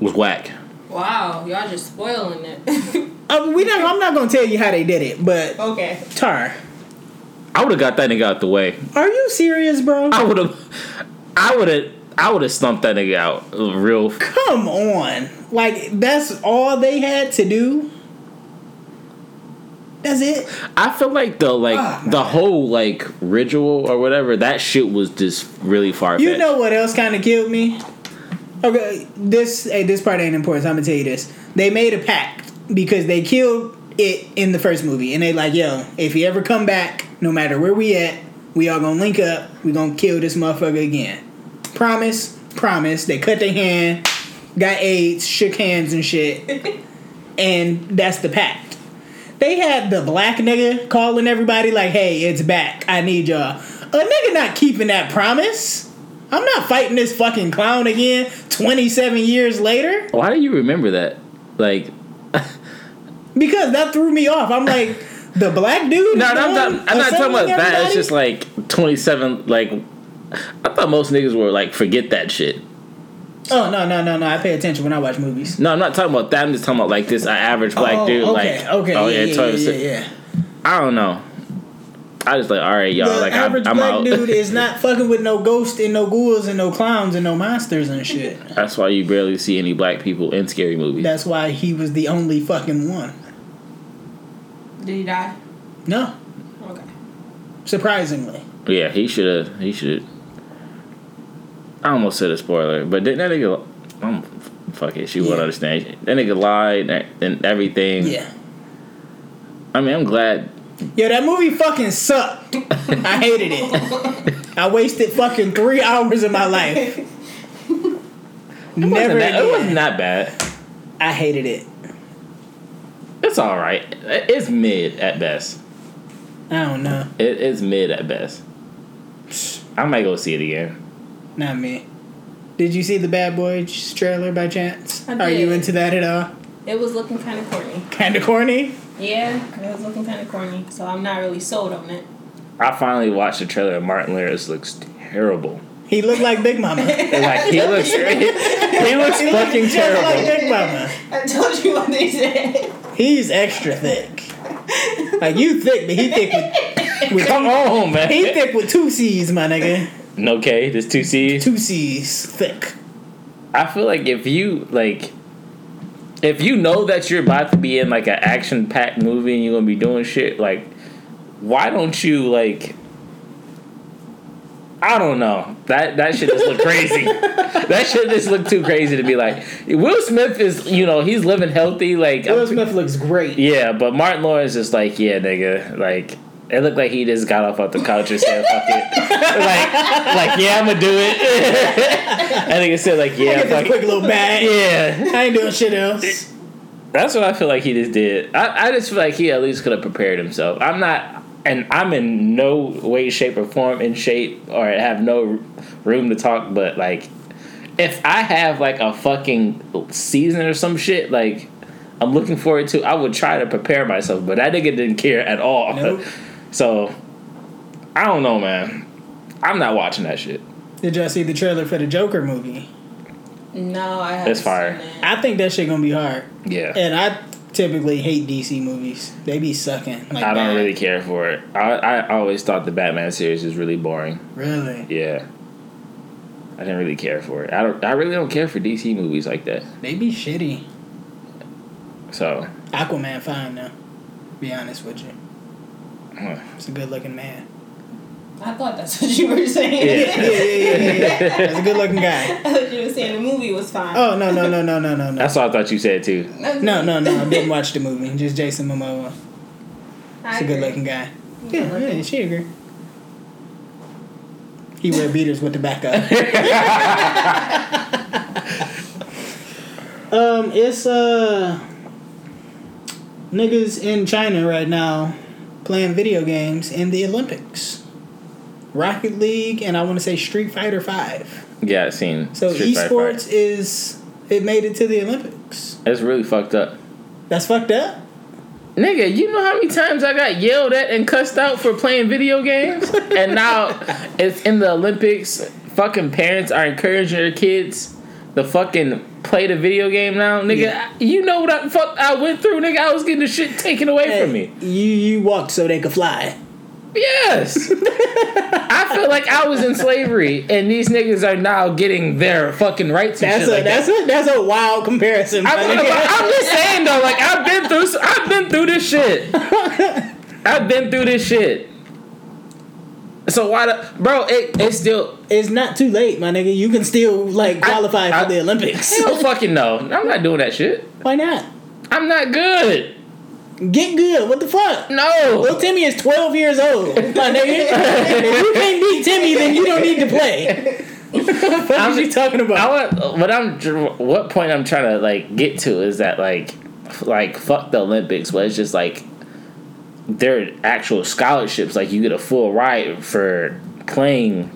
was whack. Wow, y'all just spoiling it. I mean, we not, I'm not gonna tell you how they did it, but okay. Tar, I would have got that nigga out the way. are you serious, bro? I would have. I would have. I would have stumped that nigga out real. Come on, like that's all they had to do. That's it. I feel like the like Ah, the whole like ritual or whatever that shit was just really far. You know what else kind of killed me? Okay, this hey, this part ain't important. So I'm gonna tell you this. They made a pact because they killed it in the first movie, and they like, yo, if you ever come back, no matter where we at, we all gonna link up. We gonna kill this motherfucker again. Promise, promise. They cut their hand, got AIDS, shook hands and shit, and that's the pact. They had the black nigga calling everybody like, "Hey, it's back. I need y'all." A nigga not keeping that promise. I'm not fighting this fucking clown again. Twenty seven years later, Why do you remember that? Like, because that threw me off. I'm like, the black dude. no, is no, I'm the not, one I'm not talking about assaulting that. everybody? It's just like 27. Like, I thought most niggas were like, forget that shit. oh no, no, no, no. I pay attention when I watch movies. No, I'm not talking about that. I'm just talking about like this uh, average black oh, dude. okay, like, okay, yeah, yeah, yeah, 27. yeah, yeah. I don't know. I just like, all right, y'all. the like, I'm, average I'm black out. dude is not fucking with no ghosts and no ghouls and no clowns and no monsters and shit. That's why you barely see any black people in scary movies. That's why he was the only fucking one. Did he die? No, Okay. surprisingly. Yeah, he should have. He should. I almost said a spoiler, but didn't that nigga? I'm, fuck it, she won't Yeah. understand. That nigga lied and- and everything. Yeah. I mean, I'm glad. Yo, that movie fucking sucked. I hated it. I wasted fucking three hours of my life. It Never. wasn't, that, it again. wasn't that bad. I hated it. It's all right. It- It's mid at best. I don't know. It, it's mid at best. I might go see it again. Not me. Did you see the Bad Boys trailer by chance? I Are you did. into that at all? It was looking kind of corny. Kind of corny. Yeah, it was looking kind of corny, so I'm not really sold on it. I finally watched the trailer. and Martin Lawrence looks terrible. He looked like Big Mama. he Like he looks, he, looks looked fucking just like terrible. Big Mama. I told you what they said. He's extra thick. Like you thick, but he thick with, with Come on, man. he thick with two C's, my nigga. No K. There's two C's. Two C's thick. I feel like if you like, if you know that you're about to be in like an action-packed movie and you're gonna be doing shit, like, why don't you like? I don't know. That that shit just look crazy. that shit just look too crazy to be like. Will Smith is you know he's living healthy like Will I'm- Smith looks great. yeah, but Martin Lawrence is like yeah nigga like. It looked like he just got off off the couch and said, "Fuck it," like, like yeah, I'm gonna do it. I think it said like, "Yeah, Get fuck this it." quick little bag. Yeah, I ain't doing shit else. that's what I feel like he just did. I, I just feel like he at least could have prepared himself. I'm not. and I'm in no way, shape, or form in shape, or have no room to talk. But like, if I have like a fucking season or some shit, like I'm looking forward to, I would try to prepare myself. But that nigga didn't care at all. Nope. so I don't know, man. I'm not watching that shit. Did y'all see the trailer for the Joker movie? No, I haven't. That's fire. Seen that. I think that shit gonna be hard. Yeah. And I typically hate DC movies. They be sucking. Like I don't bad. really care for it. I, I always thought the Batman series was really boring. Really, Yeah. I didn't really care for it. I don't I really don't care for DC movies like that. they be shitty. So Aquaman fine though. Be honest with you, huh. it's a good looking man. I thought that's what you were saying. yeah, yeah, yeah, yeah, yeah. That's a good looking guy. I thought you were saying the movie was fine. Oh no no no no no no no that's what I thought you said too. no no no! I didn't watch the movie. Just Jason Momoa. I He's a agree. good looking guy. He's Yeah, good-looking. yeah, she agree. He wear beaters with the back up. um, it's uh niggas in China right now playing video games in the Olympics. Rocket League and I want to say Street Fighter Five. Yeah, I seen. So Street Fighter esports five. is it made it to the Olympics. That's really fucked up. That's fucked up. Nigga, you know how many times I got yelled at and cussed out for playing video games? and now it's in the Olympics. Fucking parents are encouraging their kids to fucking play the video game now. Nigga, Yeah. I- you know what I, fuck I went through, nigga. I was getting the shit taken away from me. You you walked so they could fly. Yes. I feel like I was in slavery and these niggas are now getting their fucking rights and That's shit a like that. that's a that's a wild comparison. I'm, buddy. I'm- I'm just saying though, like I've been through, s- I've been through this shit. I've been through this shit. So why the bro? It it's still. it's not too late, my nigga. You can still like qualify I- for the Olympics. Hell fucking no! I'm not doing that shit. Why not? I'm not good. Get good. What the Mm. fuck? Lil No. Timmy is twelve years old, my nigga. if you can't beat Timmy, then you don't need to play. what the fuck I'm- is you talking I about? want. What I'm. dr- What point I'm trying to like get to is that like, f- like fuck the Olympics, but it's just like, their actual scholarships. Like you get a full ride for playing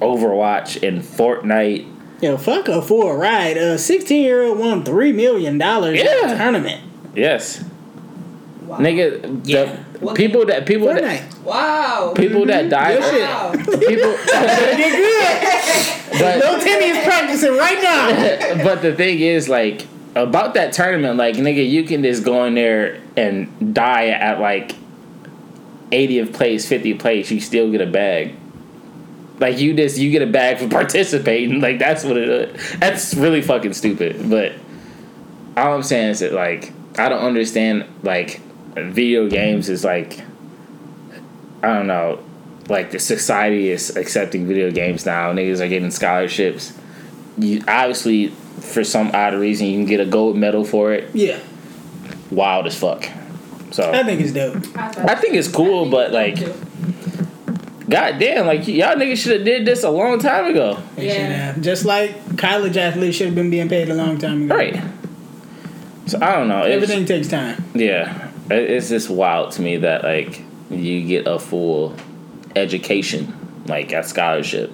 Overwatch and Fortnite Yo, fuck her for a ride. A sixteen-year-old won three million dollars in Yeah. a tournament. Yes, Wow. nigga. Yeah. The people that people Fortnite. that Wow. people that die. Mm-hmm. Your shit. Wow. People, Get good. but Lil Timmy is practicing right now. but the thing is, like about that tournament, like nigga, you can just go in there and die at like 80th place, 50th place. You still get a bag. Like you just you get a bag for participating. Like that's what it. is. That's really fucking stupid. But all I'm saying is that like I don't understand like video games is like I don't know like the society is accepting video games now. Niggas are getting scholarships. You obviously for some odd reason you can get a gold medal for it. Yeah, Wild as fuck. I So think it's dope. I, thought- I think it's cool, but like goddamn, like y'all niggas should have did this a long time ago. They Yeah. should have. Just like college athletes should have been being paid a long time ago. Right. So I don't know. It's- Everything takes time. Yeah, It- it's just wild to me that like you get a full education, like a scholarship,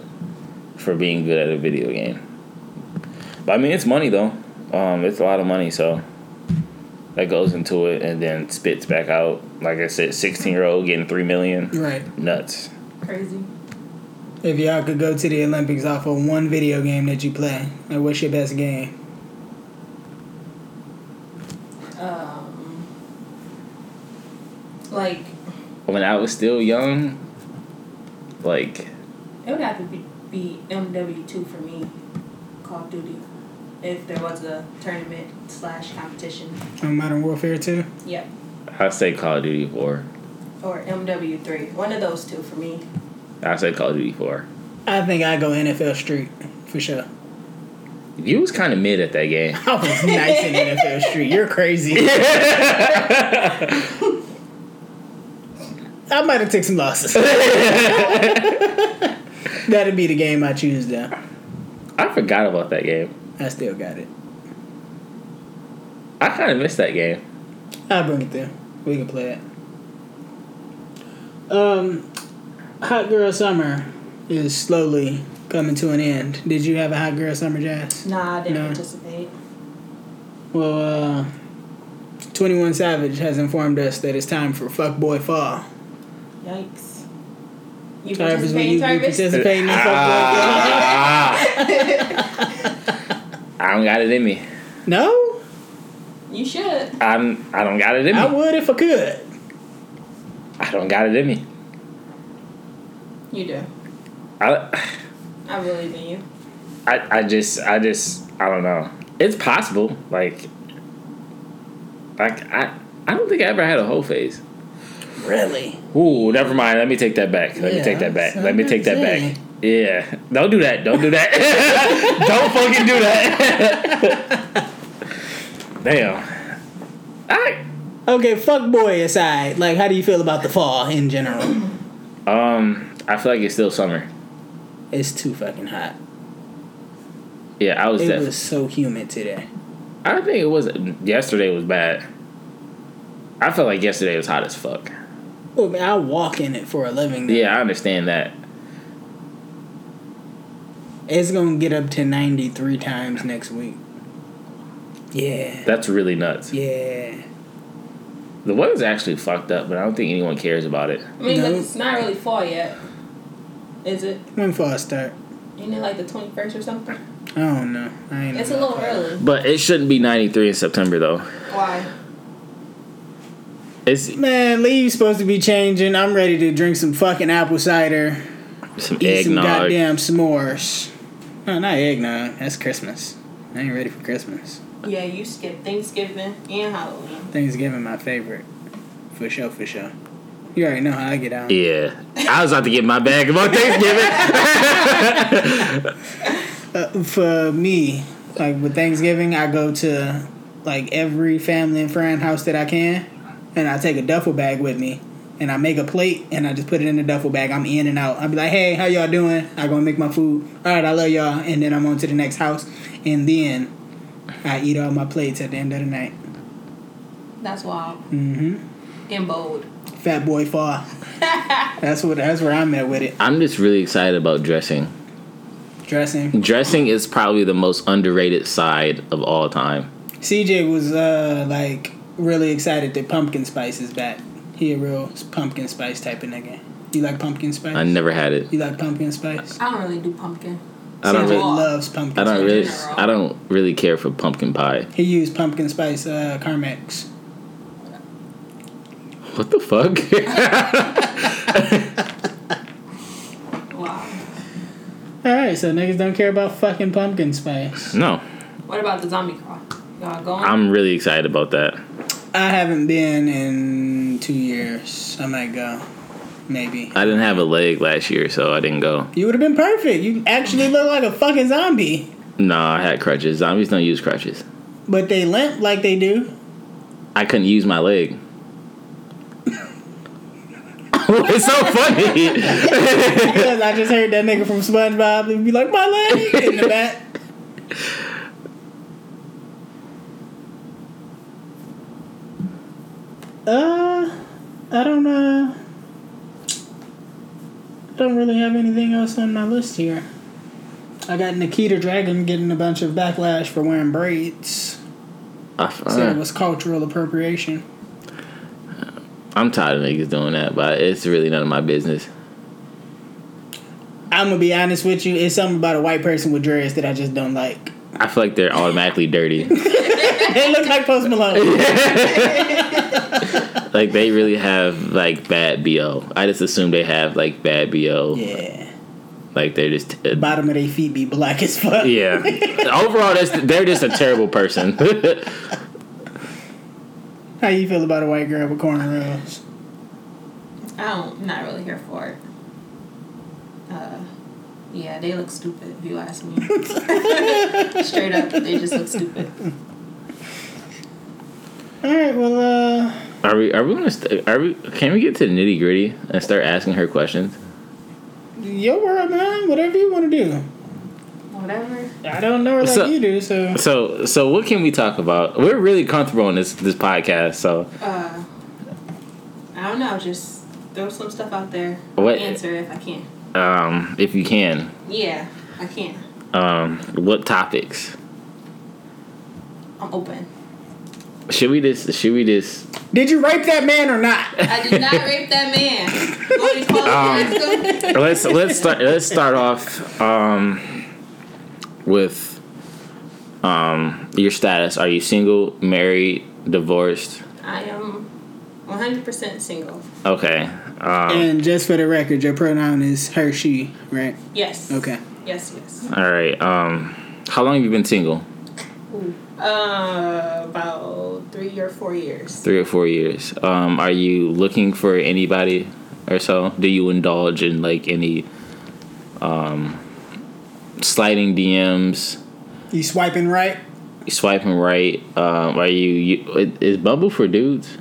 for being good at a video game. But I mean, it's money though. Um, it's a lot of money, so that goes into it, and then spits back out. Like I said, sixteen year old getting three million, Right. nuts. crazy. If y'all could go to the Olympics off of one video game that you play, like what's your best game? Um, like When I was still young, like it would have to be, be MW two for me, Call of Duty, if there was a tournament slash competition. On Modern Warfare 2? Yep. I say Call of Duty four. Or MW three. One of those two for me. I say Call of Duty four. I think I go NFL Street for sure. You was kind of mid at that game. I was nice in NFL Street. You're crazy. I might have took some losses. That'd be the game I choose though. I forgot about that game. I still got it. I kind of missed that game. I'll bring it there. We can play it. um, hot girl summer is slowly coming to an end. Did you have a hot girl summer, Jazz? Nah, I didn't No. participate. Well, uh, Twenty One Savage has informed us that it's time for Fuckboy Fall. Yikes. You Travis, will you participating, be Travis? participating in Fuckboy Fall? Ah. I don't got it in me. No, You should. I'm. I don't got it in I me. would if I could. I don't got it in me. You do. I. I believe in you. I, I just I just I don't know. It's possible. Like like I I don't think I ever had a whole phase. Really? Ooh, never mind. Let me take that back. Let me take that back. Let me take that back. Yeah. Don't do that. Don't do that. don't fucking do that. Damn. I Okay, fuckboy aside, like, how do you feel about the fall in general? um I feel like it's still summer. It's too fucking hot. Yeah, I was, It def- was so humid today. I think it was yesterday was bad. I felt like yesterday was hot as fuck. Well, man, I walk in it for a living. though. Yeah, I understand that. It's gonna get up to 93 times next week. Yeah. That's really nuts. Yeah. The weather's actually fucked up, but I don't think anyone cares about it. I mean, No. look, it's not really fall yet. Is it? When fall start? Isn't it like the 21st or something? I don't know. I ain't It's a know. little early. But it shouldn't be 93 in September though. Why? It's Man, leaves supposed to be changing. I'm ready to drink some fucking apple cider, some eat some eggnog. goddamn s'mores. No, not eggnog. That's Christmas. I ain't ready for Christmas. Yeah, you skipped Thanksgiving and Halloween. Thanksgiving my favorite. For sure, for sure. You already know how I get out. Yeah, I was about to get my bag about Thanksgiving. Uh, for me, like with Thanksgiving, I go to like every family and friend house that I can, and I take a duffel bag with me, and I make a plate, and I just put it in the duffel bag. I'm in and out. I'll be like, hey, how y'all doing? I gonna make my food. All right, I love y'all, and then I'm on to the next house, and then I eat all my plates at the end of the night. That's wild. hmm And bold. Fat boy fall. that's what. That's where I'm at with it. I'm just really excited about dressing. Dressing. Dressing is probably the most underrated side of all time. CJ was uh like really excited that pumpkin spice is back. He a real pumpkin spice type of nigga. You like pumpkin spice? I never had it. you like pumpkin spice? I don't really do pumpkin. I don't CJ really. loves pumpkin. I don't spice. really. I don't really care for pumpkin pie. He used pumpkin spice uh, Carmex. What the fuck? Wow. All right, so niggas don't care about fucking pumpkin spice. no, What about the zombie crawl? Y'all going? I'm really excited about that. I haven't been in two years. I might go, maybe. I didn't have a leg last year, so I didn't go. You would have been perfect. You actually look like a fucking zombie, No, I had crutches. Zombies don't use crutches. but they limp like they do. I couldn't use my leg. it's so funny. Because I just heard that nigga from SpongeBob and be like, my leg in the back. Uh, I don't uh, I don't really have anything else on my list here. I got Nikita Dragon getting a bunch of backlash for wearing braids. I, uh, Said it was cultural appropriation. am tired of niggas doing that, but it's really none of my business. I'm gonna be honest with you. It's something about a white person with dreads that I just don't like. I feel like they're automatically dirty. they look like Post Malone. like they really have like bad bo. I just assume they have like bad bo. Yeah. Like they're just Bottom of their feet be black as fuck. yeah. Overall, that's they're just a terrible person. How you feel about a white girl with cornrows? I don't. I'm not really here for it. Uh, yeah, they look stupid. If you ask me, straight up, they just look stupid. All right, well, uh, Are we? Are we gonna? St- are we? Can we get to the nitty gritty and start asking her questions? your world, man. Whatever you want to do. Whatever. I don't know her like So- you do, so So, so what can we talk about? We're really comfortable on this this podcast. So, Uh, I don't know. Just throw some stuff out there. What- Answer if I can. Um, if you can, Yeah, I can. um, what topics I'm open. should we just? Should we just? Did you rape that man or not? I did not rape that man. Go to court, Um, ask him. Let's let's start. Let's start off um, with um, your status. Are you single, married, divorced? I am 100% single. Okay. Um, and just for the record, your pronoun is her, she, right? Yes. Okay. Yes, yes. all right. Um, how long have you been single? Ooh. Uh, about three or four years. Three or four years. Um, are you looking for anybody or so? Do you indulge in like any um, sliding DMs? You swiping right? swiping right. Um, are you, you? Is Bumble for dudes?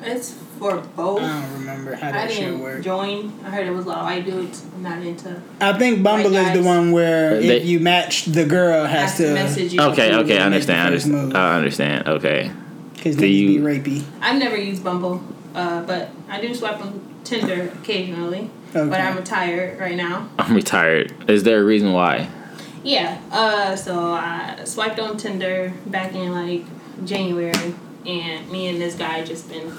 It's for both. I don't remember how Oh. I that shit didn't worked. join. I heard it was a lot of white dudes. I'm not into. I think Bumble White is the guys. one where They- if you match, the girl has Has to to. message you. Okay, okay, I Make the understand. I first move. understand. I understand. Okay, Because Do they be you- rapey. I've never used Bumble, uh, but I do swipe on Tinder occasionally. But Okay. I'm retired right now. I'm retired. Is there a reason why? Yeah. Uh, so I swiped on Tinder back in like January, and me and this guy just been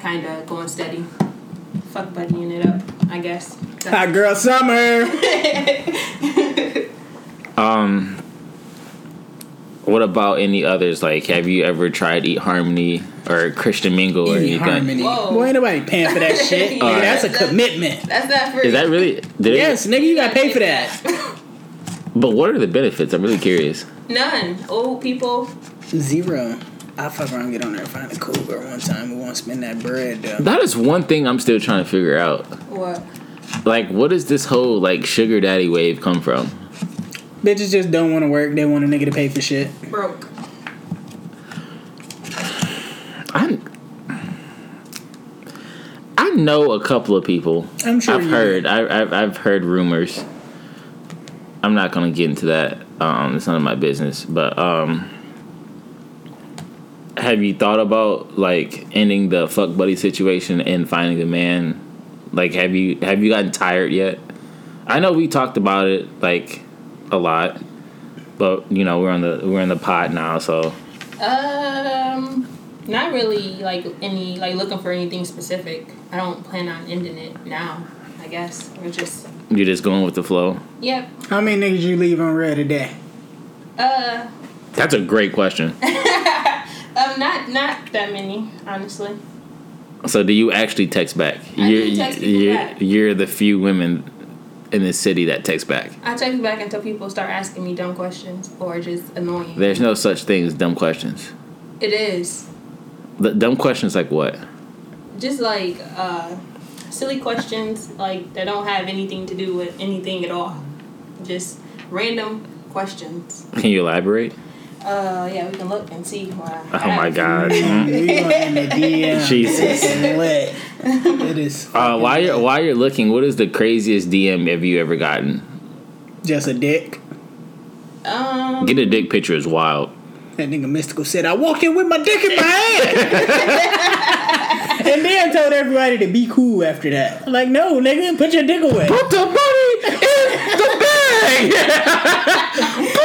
kind of going steady, fuck buddying it up, I guess. Hot girl summer. Um, what about any others? Like, have you ever tried Eat Harmony or Christian Mingle or anything? Harmony. Whoa. Boy, ain't nobody paying for that shit. Yeah, Nigga, that's a that's- commitment. That's not free. Is that really? Did it- Yes, nigga, you gotta pay for that. But what are the benefits? I'm really curious. None. Old people. Zero. I fuck around, get on there, find a cool girl one time. We won't spend that bread though. That is one thing I'm still trying to figure out. What? Like, what does this whole like sugar daddy wave come from? Bitches just don't want to work. They want a nigga to pay for shit. Broke. I I know a couple of people. I'm sure I've you- heard. I, I've I've heard rumors. I'm not gonna get into that. Um, it's none of my business. But um, have you thought about like ending the fuck buddy situation and finding a man? Like, have you have you gotten tired yet? I know we talked about it like a lot, but you know we're on the we're in the pod now, so Um, not really. Like any, like looking for anything specific. I don't plan on ending it now. I guess we're just. you're just going with the flow. Yep. How many niggas you leave on red today? Uh, That's a great question. um, not not that many, honestly. So do you actually text back? I you're, do text people you're, back. you're the few women in this city that text back. I text back until people start asking me dumb questions or just annoying. There's no such thing as dumb questions. It is The dumb questions like what? just like uh, silly questions like that don't have anything to do with anything at all. Just random questions. Can you elaborate? Uh, yeah, we can look and see. Why Oh my god. Mm. We going in the DM. Jesus. Wet. It is Uh, while you're while you're looking, what is the craziest DM have you ever gotten? just a dick. Um, Get a dick picture is wild. That nigga mystical said I walked in with my dick in my hand. And then told everybody to be cool after that. Like, no, nigga, put your dick away. Put the money in the bag.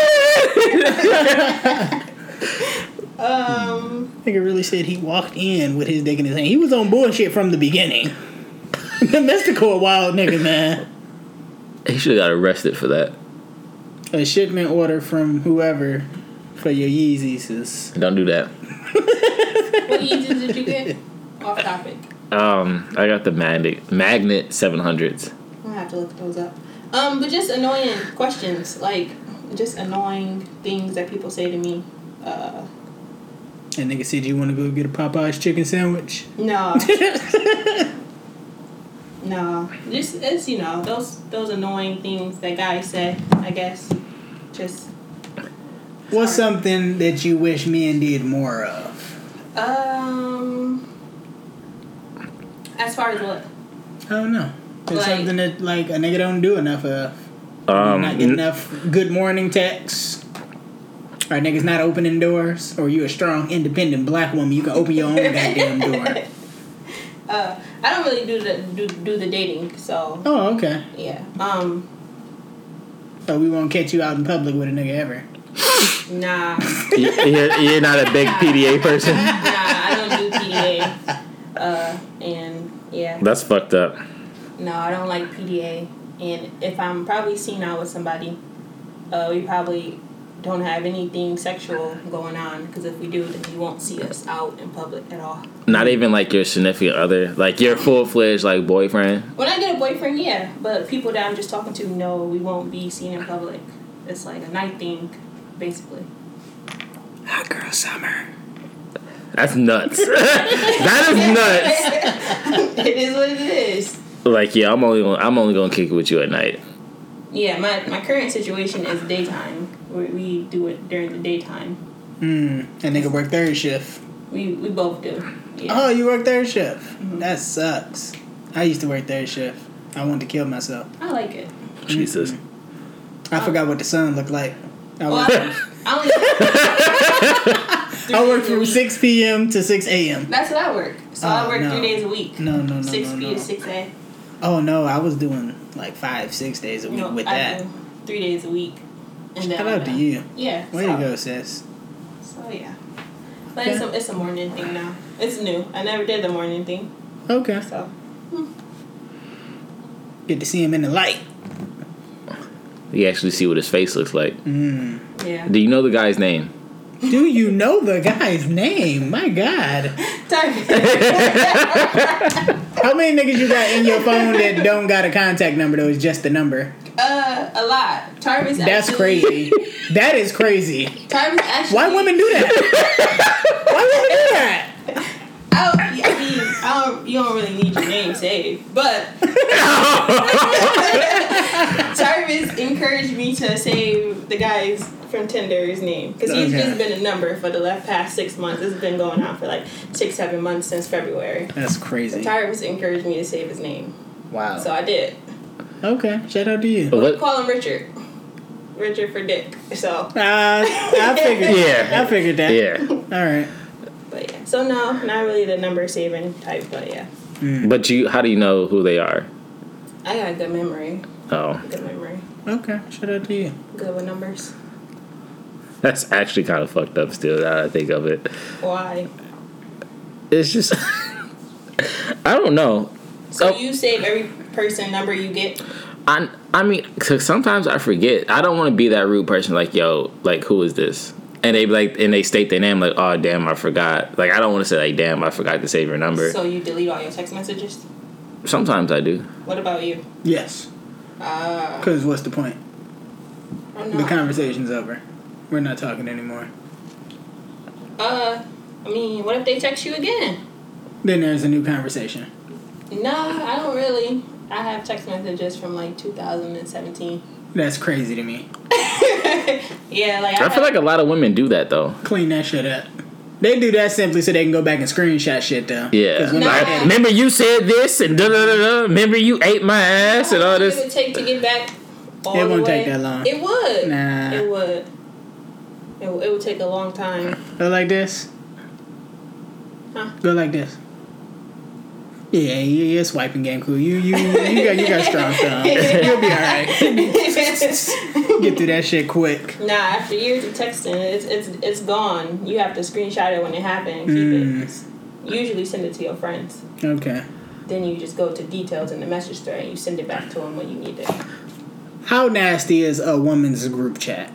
um, Nigga really said he walked in with his dick in his hand. He was on bullshit from the beginning. the mystical a wild nigga, man. he should have got arrested for that. A shipment order from whoever for your Yeezys is Don't do that. what Yeezys did you get? Off topic. Um, I got the magnet magnet seven hundreds. I'm gonna have to look those up. Um, but just annoying questions, like just annoying things that people say to me. Uh, That nigga said you want to go get a Popeye's chicken sandwich. no, no, just it's you know those those annoying things that guys say. I guess just What's Sorry. something that you wish men did more of? um, as far as what I don't know. It's Like- something that like a nigga don't do enough of. Um, not get enough good morning texts. Our niggas not opening doors, or you a strong, independent black woman, you can open your own goddamn door. Uh, I don't really do the do, do the dating, so Oh, okay. yeah. Um, So we won't catch you out in public with a nigga ever. nah, nah, You- You're, you're not a big PDA person. I don't do PDA. Uh, and yeah, That's fucked up. no, I don't like PDA. And if I'm probably seen out with somebody, uh, we probably don't have anything sexual going on because if we do, then you won't see us out in public at all. Not even like your significant other, like your full fledged like boyfriend. When I get a boyfriend, yeah, but people that I'm just talking to, no, we won't be seen in public. It's like a night thing, basically. Hot girl summer. That's nuts. that is nuts. it is what it is. Like yeah, I'm only gonna, I'm only gonna kick it with you at night. Yeah, my, my current situation is daytime. We, we do it during the daytime. Mm. That nigga work third shift. We we both do. Yeah. Oh, you work third shift. That sucks. I used to work third shift. I wanted to kill myself. Hmm. I like it. Jesus. I forgot what the sun looked like. I Well, worked, I, I only I worked from 6 p.m. to 6 a.m. That's what I work. So I Oh, work no. three days a week. No, no, no, six no, p no. to six a. Oh no, I was doing like five, six days a week No, with I that. do three days a week. And then Shout I'm out to done. you. Yeah. Way so- to go, sis. So yeah. But it's a it's a morning thing now. It's new. I never did the morning thing. Okay. So Good to see him in the light. You actually see what his face looks like. Mm. yeah. Do you know the guy's name? Do you know the guy's name? My God. How many niggas you got in your phone that don't got a contact number though? It's just the number. uh a lot. Tarvis That's actually- crazy. that is crazy. Tarvis actually Why women do that? Why women do that? I, don't- I mean, I don't, you don't really need your name saved, but Tarvis encouraged me to save the guys from Tinder's name because he's Okay. just been a number for the last past six months. It's been going on for like six, seven months since February. That's crazy. Tarvis encouraged me to save his name, Wow. so I did. Okay. Shout out to you. Oh. What? Call him Richard. Richard for Dick. So, Uh, I figured. Yeah. I figured that. Yeah. All right. but yeah. So no, not really the number saving type, but yeah. But you, how do you know who they are? I got a good memory. Oh, Good memory. Okay. Shout out to you. Good with numbers. that's actually kind of fucked up. Still, now that I think of it, Why? it's just I don't know. So Oh. you save every person number you get. I I mean, 'cause sometimes I forget. I don't want to be that rude person. Like, yo, like who is this? And they be like, and they state their name. Like, oh damn, I forgot. Like, I don't want to say like, damn, I forgot to save your number. So you delete all your text messages. sometimes I do. What about you? Yes. Uh, Cause what's the point? I'm The not. conversation's over. We're not talking anymore. uh, I mean, what if they text you again? Then there's a new conversation. Nah, I don't really. I have text messages from like 2017. That's crazy to me. yeah, like I, I feel like a lot of women do that though. Clean that shit up. They do that simply so they can go back and screenshot shit though. Yeah. 'Cause women- Nah. Like, remember you said this and da da da da. Remember you ate my ass and all It this. would take to get back. All It the won't way. take that long. It would. Nah. It would. It, w- it would take a long time. Go like this. Huh? Go like this. Yeah, yeah, yeah. Swiping game cool. You, you, Mm, you got, you got strong thumb. You'll be all right. nah, Get through that shit quick. after years of texting, it's it's it's gone. You have to screenshot it when it happened. and Keep Mm. it. Usually, send it to your friends. Okay. Then you just go to details in the message thread and you send it back to them when you need it. How nasty is a woman's group chat?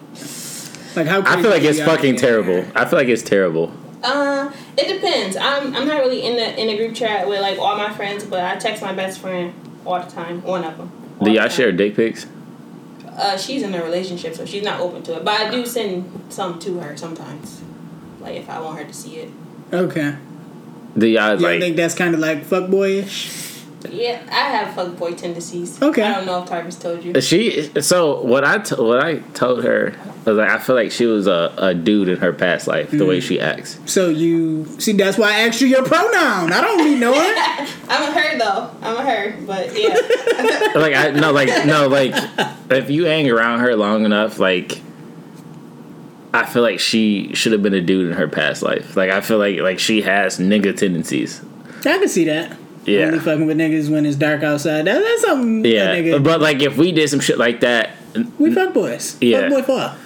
Like how? I crazy feel like it's y'all fucking get? terrible. I feel like it's terrible. Uh, it depends. I'm I'm not really in the in a group chat with like all my friends, but I text my best friend all the time. One of them. Do y'all share dick pics? Uh, she's in a relationship, so she's not open to it. But I do send some to her sometimes, like if I want her to see it. Okay. Do y'all You like? think that's kind of like fuckboyish? Yeah, I have fuckboy tendencies. Okay. I don't know if Tarvis told you. She so what I t- what I told her was like I feel like she was a, a dude in her past life the Mm. way she acts. So you see, that's why I asked you your pronoun. I don't be knowing. I'm a her though. I'm a her, but yeah. Like I no like no like if you hang around her long enough like I feel like she should have been a dude in her past life. Like I feel like like she has nigga tendencies. I can see that. Yeah. Only fucking with niggas when it's dark outside. That, that's something. Yeah, Yeah. Nigga, but like if we did some shit like that, we fuck boys. Fuck Yeah. boy fuck.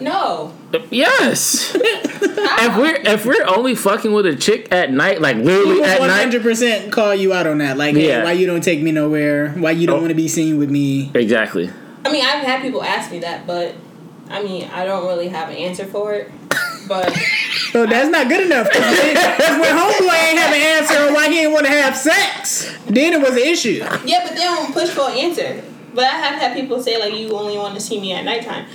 No. yes. if we're if we're only fucking with a chick at night, like literally People at one night, hundred percent call you out on that. Like, hey, Yeah. why you don't take me nowhere? Why you don't Oh. want to be seen with me? exactly. I mean, I've had people ask me that, but I mean, I don't really have an answer for it. But So that's not good enough. Cause then- 'cause when homeboy ain't have an answer on why he didn't want to have sex, then it was an issue. yeah, but they don't push for an answer. But I have had people say like, "You only want to see me at nighttime."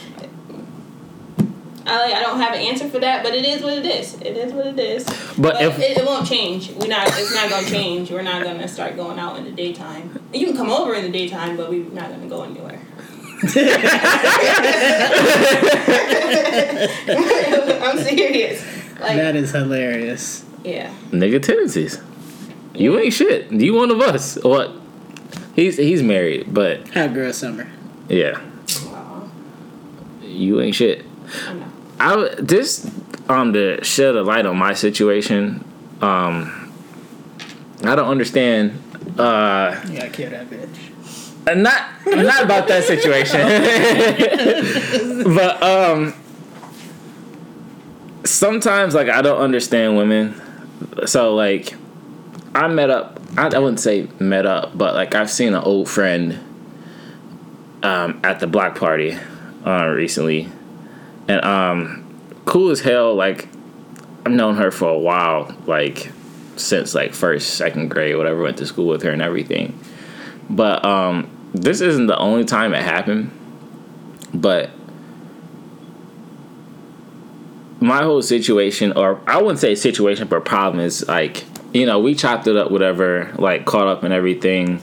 I like, I don't have an answer for that, but it is what it is. It is what it is. But if- it, it won't change. We're not. It's not gonna change. We're not gonna start going out in the daytime. You can come over in the daytime, but we're not gonna go anywhere. I'm serious. Like, That is hilarious. yeah. Nigga tendencies. You ain't shit. You one of us. What? He's he's married, but Hot girl summer. yeah, Wow. you ain't shit. I know. I w- this um to shed a light on my situation. Um, I don't understand. Uh. You gotta kill that bitch. Uh, not not about that situation but um sometimes like i don't understand women so like i met up I, I wouldn't say met up but like i've seen an old friend um at the block party uh recently and um cool as hell like i've known her for a while like since like first second grade whatever went to school with her and everything but um, this isn't the only time it happened. But my whole situation, or I wouldn't say situation, but problem is like, you know, we chopped it up, whatever, like caught up and everything,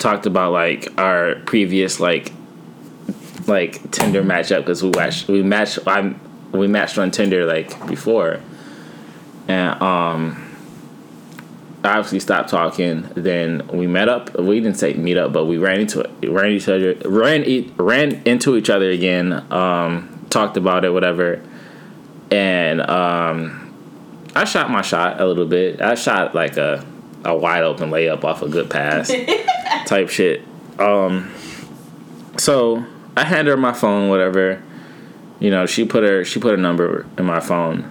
talked about like our previous like like Tinder matchup because we matched we matched I we matched on Tinder like before, and um obviously stopped talking. Then we met up. We didn't say meet up, but we ran into ran each other ran e- ran into each other again. Um, talked about it, whatever. And um, I shot my shot a little bit. I shot like a a wide open layup off a good pass type shit. Um, so I handed her my phone, whatever. You know, she put her she put a number in my phone,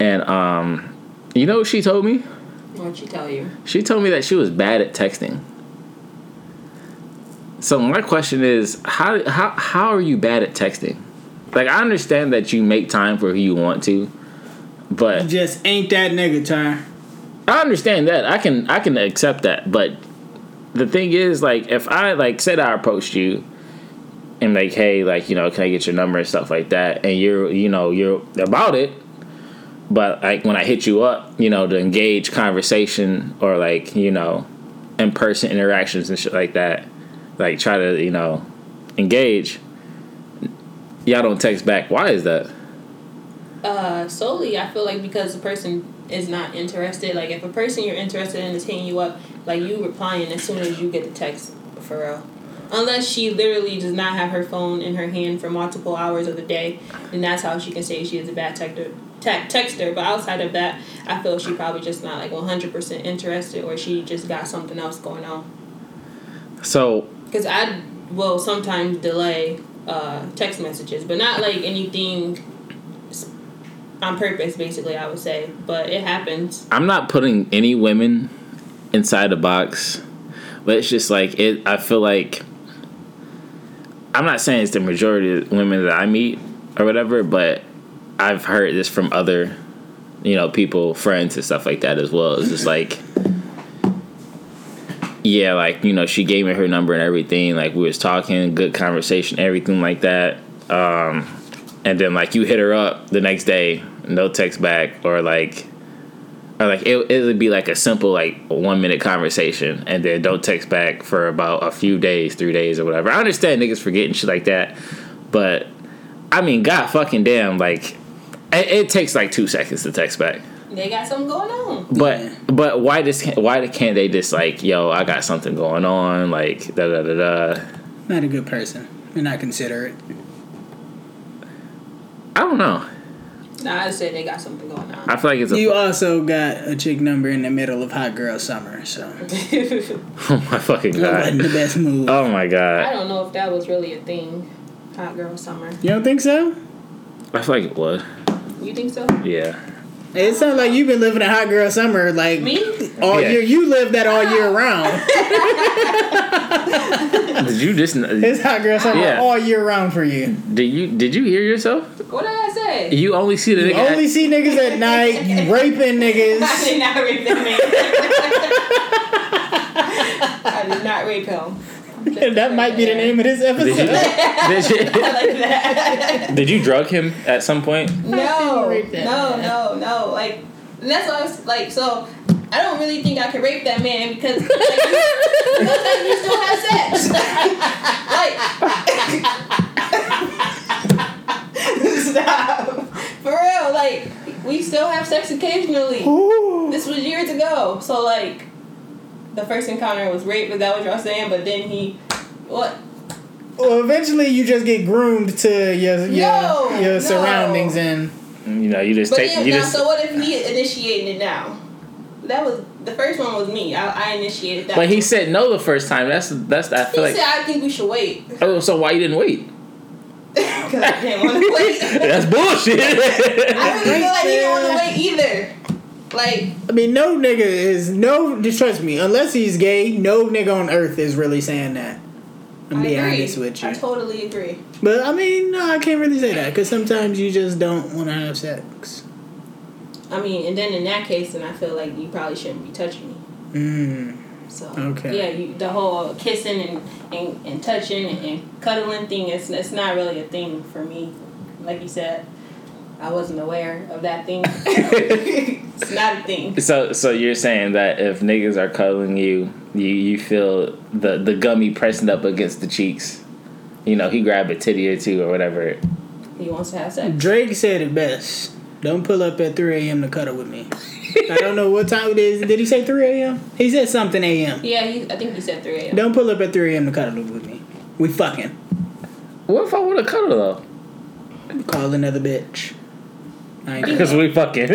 and um, you know what she told me? What'd she tell you? She told me that she was bad at texting. So my question is, how how how are you bad at texting? Like I understand that you make time for who you want to, but Just ain't that nigga, Ty. I understand that. I can I can accept that, but the thing is like if I like said I approached you and like, hey, like, you know, can I get your number and stuff like that? And you're you know, you're about it, but like when I hit you up, you know, to engage conversation or like, you know, in person interactions and shit like that, like try to, you know, engage. Y'all don't text back. Why is that? Uh, solely, I feel like because the person is not interested. Like if a person you're interested in is hitting you up, like you replying as soon as you get the text, for real. Unless she literally does not have her phone in her hand for multiple hours of the day, then that's how she can say she is a bad texter. Te- texter, but outside of that, I feel she probably just not like one hundred percent interested, or she just got something else going on. So Because I will sometimes delay uh, text messages, but not like anything s- on purpose, basically, I would say. But it happens. I'm not putting any women inside a box, but it's just like it. I feel like I'm not saying it's the majority of women that I meet or whatever, but I've heard this from other, you know, people, friends, and stuff like that as well. It's just like, yeah, like you know, she gave me her number and everything. Like we was talking, good conversation, everything like that. Um, and then like you hit her up the next day, no text back, or like or like it, it would be like a simple like one minute conversation and then don't text back for about a few days three days or whatever i understand niggas forgetting shit like that but i mean god fucking damn like it, it takes like two seconds to text back They got something going on. but Yeah. but why just can't, why can't they just like yo i got something going on like da da da da Not a good person. You're not considerate. i don't know Nah, I said they got something going on. I feel like it's a. You also got a chick number in the middle of hot girl summer, so oh my fucking that wasn't the god. best move. Oh my I god. don't know if that was really a thing. Hot girl summer. you don't think so? I feel like it was. You think so? Yeah. It sounds like you've been living a hot girl summer like Me? all Yeah. year. You live that all year round. Did you just? it's hot girl summer Yeah. all year round for you. Did you? Did you hear yourself? What did I say? You only see the You nigga. only see niggas at night. You raping I niggas. did not rape that man. I did not rape him. that might be the name of this did you, episode. did, you, I like that. Did you drug him at some point? No, rape that no, man. no, no. Like and that's what I was like. So I don't really think I could rape that man because like, you, sometimes you still have sex. like stop for real. Like we still have sex occasionally. Ooh. This was years ago. So like the first encounter was rape. Is that what y'all saying? But then he what? Well, eventually you just get groomed to your your, No, your no. surroundings and You know, you just But take. then, You now, just. so what if he initiated it now? That was the first one was me. I, I initiated that. But he one. said no the first time. That's that's. I he feel like. said, "I think we should wait Oh, so why you didn't wait? because I didn't want to wait. That's bullshit. I really feel like he didn't want to wait either. Like I mean no nigga is no just trust me unless he's gay no nigga on earth is really saying that. I'm I being agree. honest with I you, totally agree. but I mean no I can't really say that because sometimes you just don't want to have sex. I mean, and then in that case, then I feel like you probably shouldn't be touching me. Mm. So Okay. yeah, you, the whole kissing and, and, and touching and, cuddling thing is it's not really a thing for me. Like you said, I wasn't aware of that thing. it's not a thing. so so you're saying that if niggas are cuddling you, you you feel the the gummy pressing up against the cheeks. You know, he grabbed a titty or two or whatever. He wants to have sex. Drake said it best. Don't pull up at 3 a.m. to cuddle with me. I don't know what time it is. Did he say 3 a.m.? He said something a.m. Yeah, he, I think he said 3 a.m. Don't pull up at 3 a.m. to cuddle with me. We fucking. What if I want to cuddle though? Call another bitch. I ain't Because we fucking.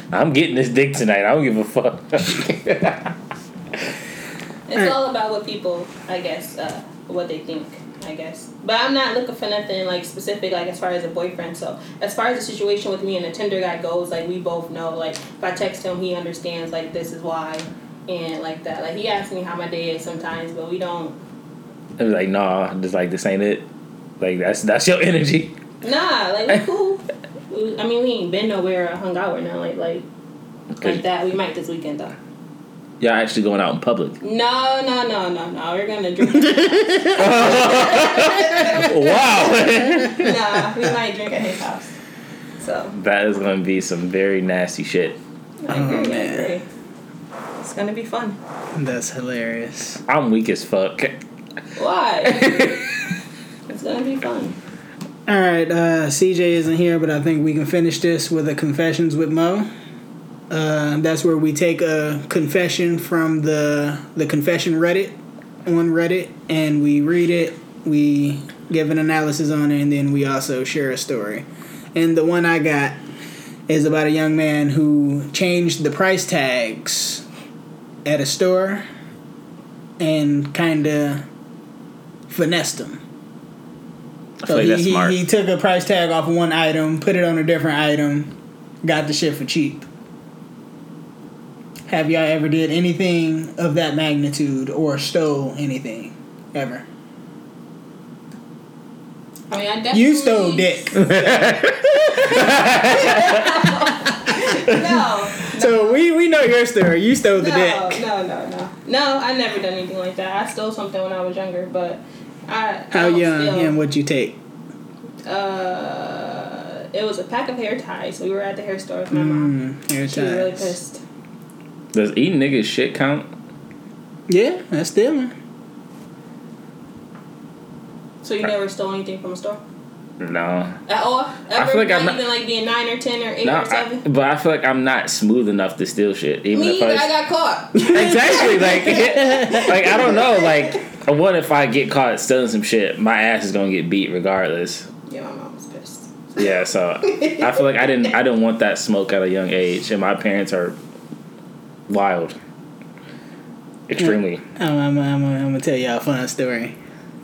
I'm getting this dick tonight. I don't give a fuck. It's all about what people, I guess, uh, what they think, I guess. But I'm not looking for nothing like specific, like as far as a boyfriend. So as far as the situation with me and the Tinder guy goes, like we both know, like if I text him, he understands, like this is why, and like that. Like he asks me how my day is sometimes, but we don't. I was like, nah, just like this ain't it. Like that's that's your energy. Nah, like we cool. We- I mean, we ain't been nowhere or hung out or nothing like like like that. We might this weekend though. Y'all actually going out in public. No, no, no, no, no. We're gonna drink. wow, nah, we might drink at his house. So that is gonna be some very nasty shit. I agree. I Oh, man. agree. It's gonna be fun. That's hilarious. I'm weak as fuck. Why? it's gonna be fun. All right, uh, CJ isn't here, but I think we can finish this with a confessions with Mo. Uh, that's where we take a confession from the the confession Reddit on Reddit, and we read it, we give an analysis on it, and then we also share a story. And the one I got is about a young man who changed the price tags at a store and kind of finessed them. I feel So like he, that's he, smart. he took a price tag off one item, put it on a different item, got the shit for cheap. Have y'all ever did anything of that magnitude or stole anything ever? I mean, I definitely You stole dick. No, So we, we know your story. You stole the no, dick. no, no, no. No, I never done anything like that. I stole something when I was younger, but I I How don't young steal. and what'd you take? Uh, it was a pack of hair ties. We were at the hair store with my mom. Mm, hair She was really ties. pissed. Does eating niggas shit count? yeah, that's stealing. So you never stole anything from a store No, at all? Ever? feel like I'm not not- even like being nine or ten or eight no. or seven. I, but I feel like I'm not smooth enough to steal shit. Even Me if either. I, I got caught. exactly like like I don't know like what if I get caught stealing some shit? My ass is gonna get beat regardless. yeah, my mom was pissed. Yeah, so I feel like I didn't I didn't want that smoke at a young age, and my parents are wild, extremely. I'm, I'm, I'm, I'm gonna tell y'all a fun story.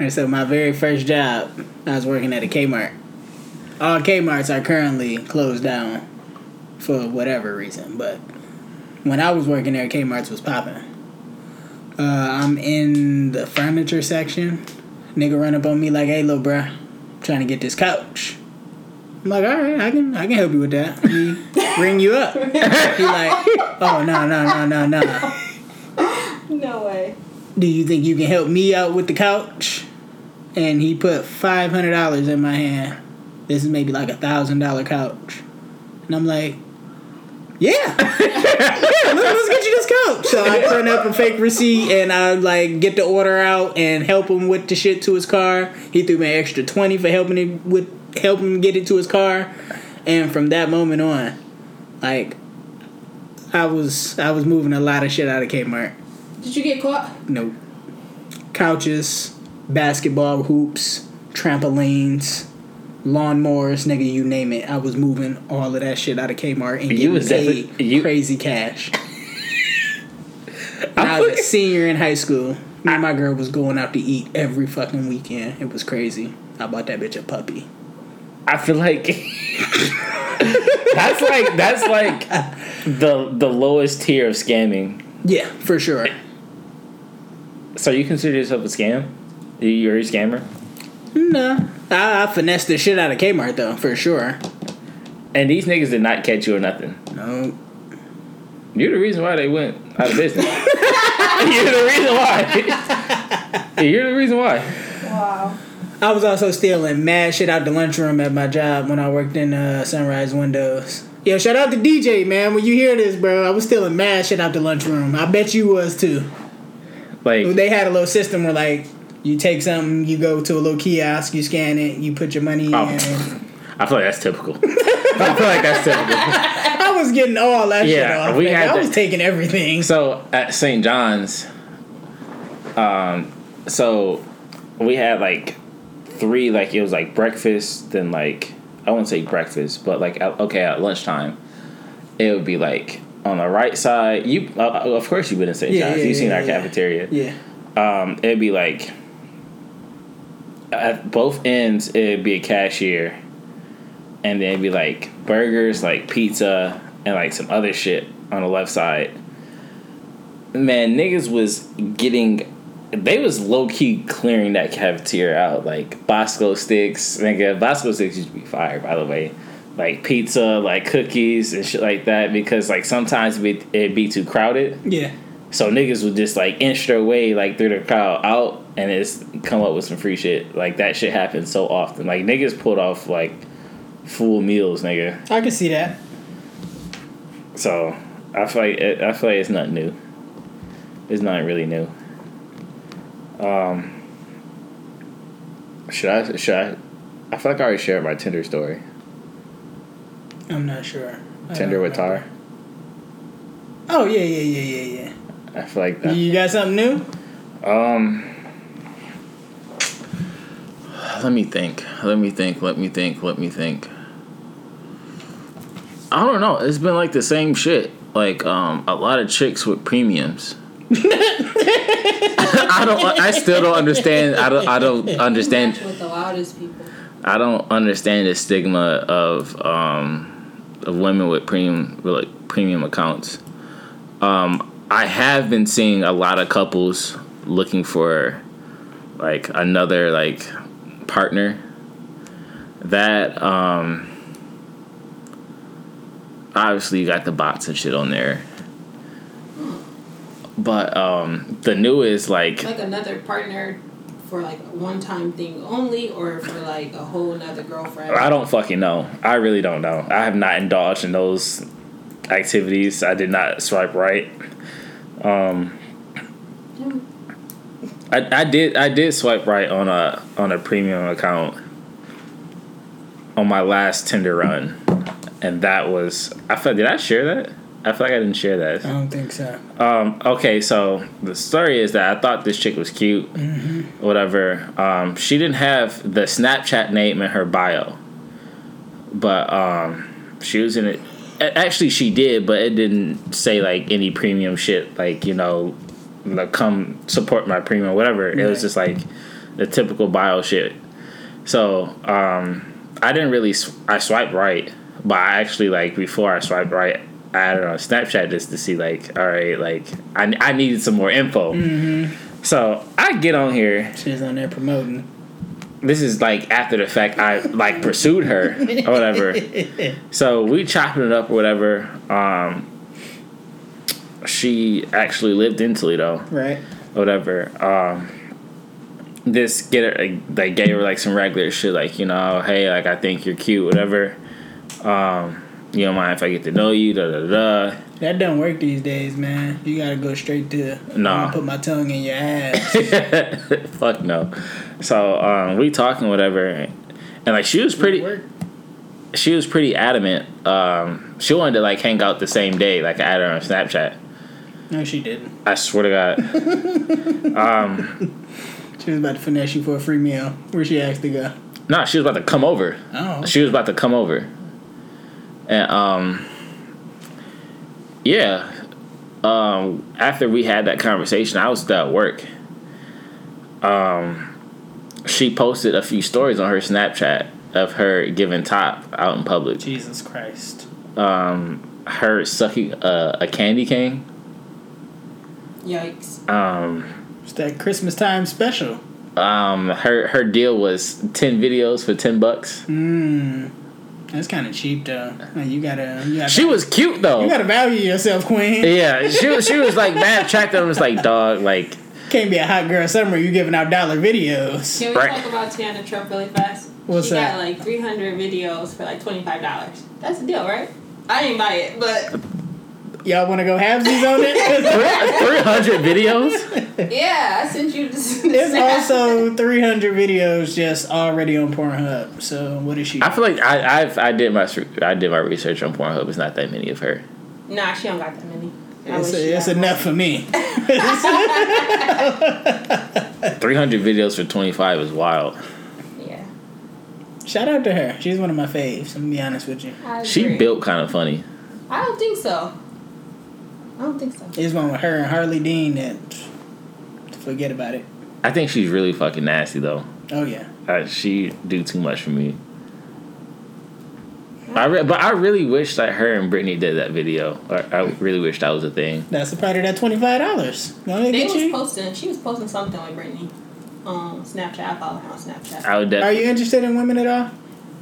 And so my very first job, I was working at a Kmart. All Kmart's are currently closed down for whatever reason, but when I was working there, Kmart's was popping. Uh, I'm in the furniture section. Nigga run up on me like, "Hey, little bruh, I'm trying to get this couch." I'm like, "All right, I can, I can help you with that. Let me ring you up." He like, "Oh no, no, no, no, no." No way. do you think you can help me out with the couch? And he put five hundred dollars in my hand. This is maybe like a thousand dollar couch, and I'm like, yeah, yeah, let- let's get you this couch. So I print up a fake receipt and I like get the order out and help him with the shit to his car. He threw me an extra twenty for helping him with help him get it to his car, and from that moment on, like, I was I was moving a lot of shit out of Kmart Did you get caught? no couches, basketball hoops, trampolines, lawnmowers, nigga, you name it. I was moving all of that shit out of Kmart and getting was paid definitely- you- crazy cash. And I was a senior in high school. Me and my girl was going out to eat every fucking weekend. It was crazy. I bought that bitch a puppy. I feel like that's like that's like the the lowest tier of scamming. Yeah, for sure. So you consider yourself a scam? You- You're a scammer, Nah, I, I finessed the shit out of Kmart though, for sure. and these niggas did not catch you or nothing. No, You're the reason why they went out of business. You're the reason why. You're the reason why. Wow. I was also stealing mad shit out the lunchroom at my job when I worked in uh, Sunrise Windows. Yo, shout out to DJ, man. When you hear this, bro, I was stealing mad shit out the lunchroom. I bet you was too. Like They had a little system where, like, you take something, you go to a little kiosk, you scan it, you put your money in. Oh. I feel like that's typical. I feel like that's typical. I was getting all that Yeah, shit off. we man. had I that. was taking everything. So at St. John's, um, so we had like three like it was like breakfast, then like I won't say breakfast, but like at, okay at lunchtime, it would be like on the right side. You uh, uh, of course you've been in St. Yeah, John's. yeah, You've seen yeah, our yeah. cafeteria. Yeah. um, it'd be like at both ends it'd be a cashier and then it'd be like burgers like pizza and like some other shit on the left side man niggas was getting they was low-key clearing that cafeteria out like bosco sticks nigga bosco sticks used to be fire by the way like pizza like cookies and shit like that because like sometimes it'd be, it'd be too crowded Yeah. so niggas would just like inch their way like through the crowd out and it's come up with some free shit. Like that shit happens so often. Like niggas pulled off like full meals, nigga. I can see that. So I feel like it, I feel like it's not new. It's not really new. Um, should I should I? I feel like I already shared my Tinder story. I'm not sure. I Tinder don't with remember. Tar. Oh, yeah, yeah, yeah, yeah, I feel like yeah. that. You got something new? Um, let me think. Let me think. Let me think. Let me think. I don't know. It's been like the same shit. Like um, a lot of chicks with premiums. I don't. I still don't understand. I don't. I don't understand. Match with the wildest people. I don't understand the stigma of um, of women with premium with like premium accounts. Um, I have been seeing a lot of couples looking for like another like partner. That um, obviously you got the bots and shit on there. But um, the newest like Like another partner for like a one time thing only or for like a whole nother girlfriend. I don't fucking know. I really don't know. I have not indulged in those activities. I did not swipe right. Um, I, I did I did swipe right on a on a premium account on my last Tinder run, and that was I felt did I share that? I feel like I didn't share that. I don't think so. Um, okay, so the story is that I thought this chick was cute, whatever. Um, she didn't have the Snapchat name in her bio, but um, she was in it. a- Actually, she did, but it didn't say like any premium shit. Like you know, like, come support my premium, whatever. It was Right. just like the typical bio shit. So um, I didn't really. Sw- I swiped right, but I actually like before I swiped right, I added on Snapchat just to see like, all right, like I, I needed some more info. So I get on here She's on there promoting. this is like after the fact I like pursued her or whatever. So we chopping it up or whatever. Um she actually lived in Toledo Right. or whatever. Um this get her like, they gave her like some regular shit like, you know, hey, like I think you're cute, whatever. Um, you don't mind if I get to know you, da da da. da. That don't work these days, man. You gotta go straight to. Nah. "I'ma Put my tongue in your ass. Fuck no. So um we talking whatever and like she was pretty Work. she was pretty adamant. Um, she wanted to like hang out the same day. Like I had her on Snapchat. No, she didn't. I swear to God. She was about to finesse you for a free meal. Where she asked to go. no, she was about to come over. Oh. She was about to come over. And um, yeah. Um, after we had that conversation, I was still at work. Um, she posted a few stories on her Snapchat of her giving top out in public. Jesus Christ. Um, her sucking uh, a, a candy cane. Yikes. Um, It's that Christmas time special. um her her deal was 10 videos for 10 bucks Mmm. That's kind of cheap though. Like, you gotta. You gotta she was cute You though gotta value yourself, Queen. yeah she was she was like mad attractive and was like dog like Can't be a hot girl summer. You giving out dollar videos. Can we Right. talk about Tiana Trump really fast? What's she that? got like 300 videos for like $25. That's a deal, right? I didn't buy it, but Y'all want to go halvesies on it? 300 videos yeah, I sent you this. There's also 300 videos just already on Pornhub. So what is she? i feel like i I've, i did my s- i did my research on pornhub it's not that many of her Nah, she don't got that many. I It's, wish she it's had more. enough for me. 300 videos for 25 is wild Yeah. Shout out to her. She's one of my faves. I'm gonna be honest with you. I she agree. built kind of funny I don't think so. I don't think so. There's one with her and Harley Dean that forget about it. i think she's really fucking nasty though Oh yeah. uh, she do too much for me I re- but I really wish that her and Britney did that video. I, I really wish that was a thing. That's the part of that twenty five dollars. Don't they They get was you? posting. She was posting something with Brittany. Um, Snapchat. I follow her on Snapchat. I would def- Are you interested in women at all?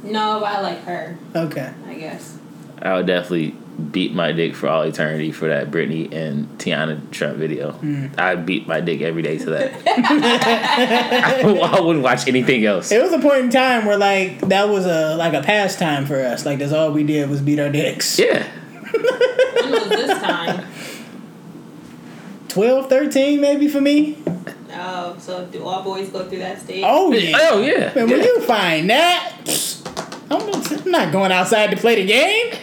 No, but I like her. Okay. I guess. I would definitely beat my dick for all eternity for that Britney and Tiana Trump video. Mm. I beat my dick every day to that. I, wou- I wouldn't watch anything else. It was a point in time where like that was a like a pastime for us. Like that's all we did was beat our dicks. Yeah. When was this time? 12, 13 maybe for me. Oh, so do all boys go through that stage? Oh yeah. Oh yeah. Man, Yeah. when you find that, I'm not, I'm not going outside to play the game.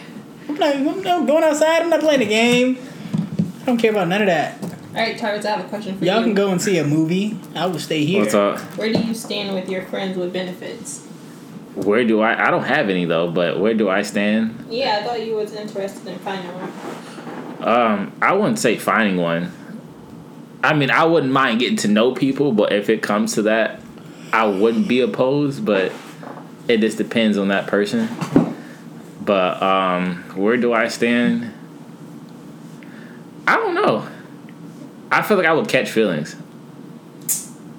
I'm not, I'm not going outside. I'm not playing the game. I don't care about none of that. All right, Tyrus, I have a question for Y'all you. can go and see a movie. I will stay here. What's up? Where do you stand with your friends with benefits? Where do I? I don't have any though. But where do I stand? Yeah, I thought you was interested in finding one. Um, I wouldn't say finding one. I mean, I wouldn't mind getting to know people, but if it comes to that, I wouldn't be opposed. But it just depends on that person. But um, where do I stand? I don't know. I feel like I would catch feelings.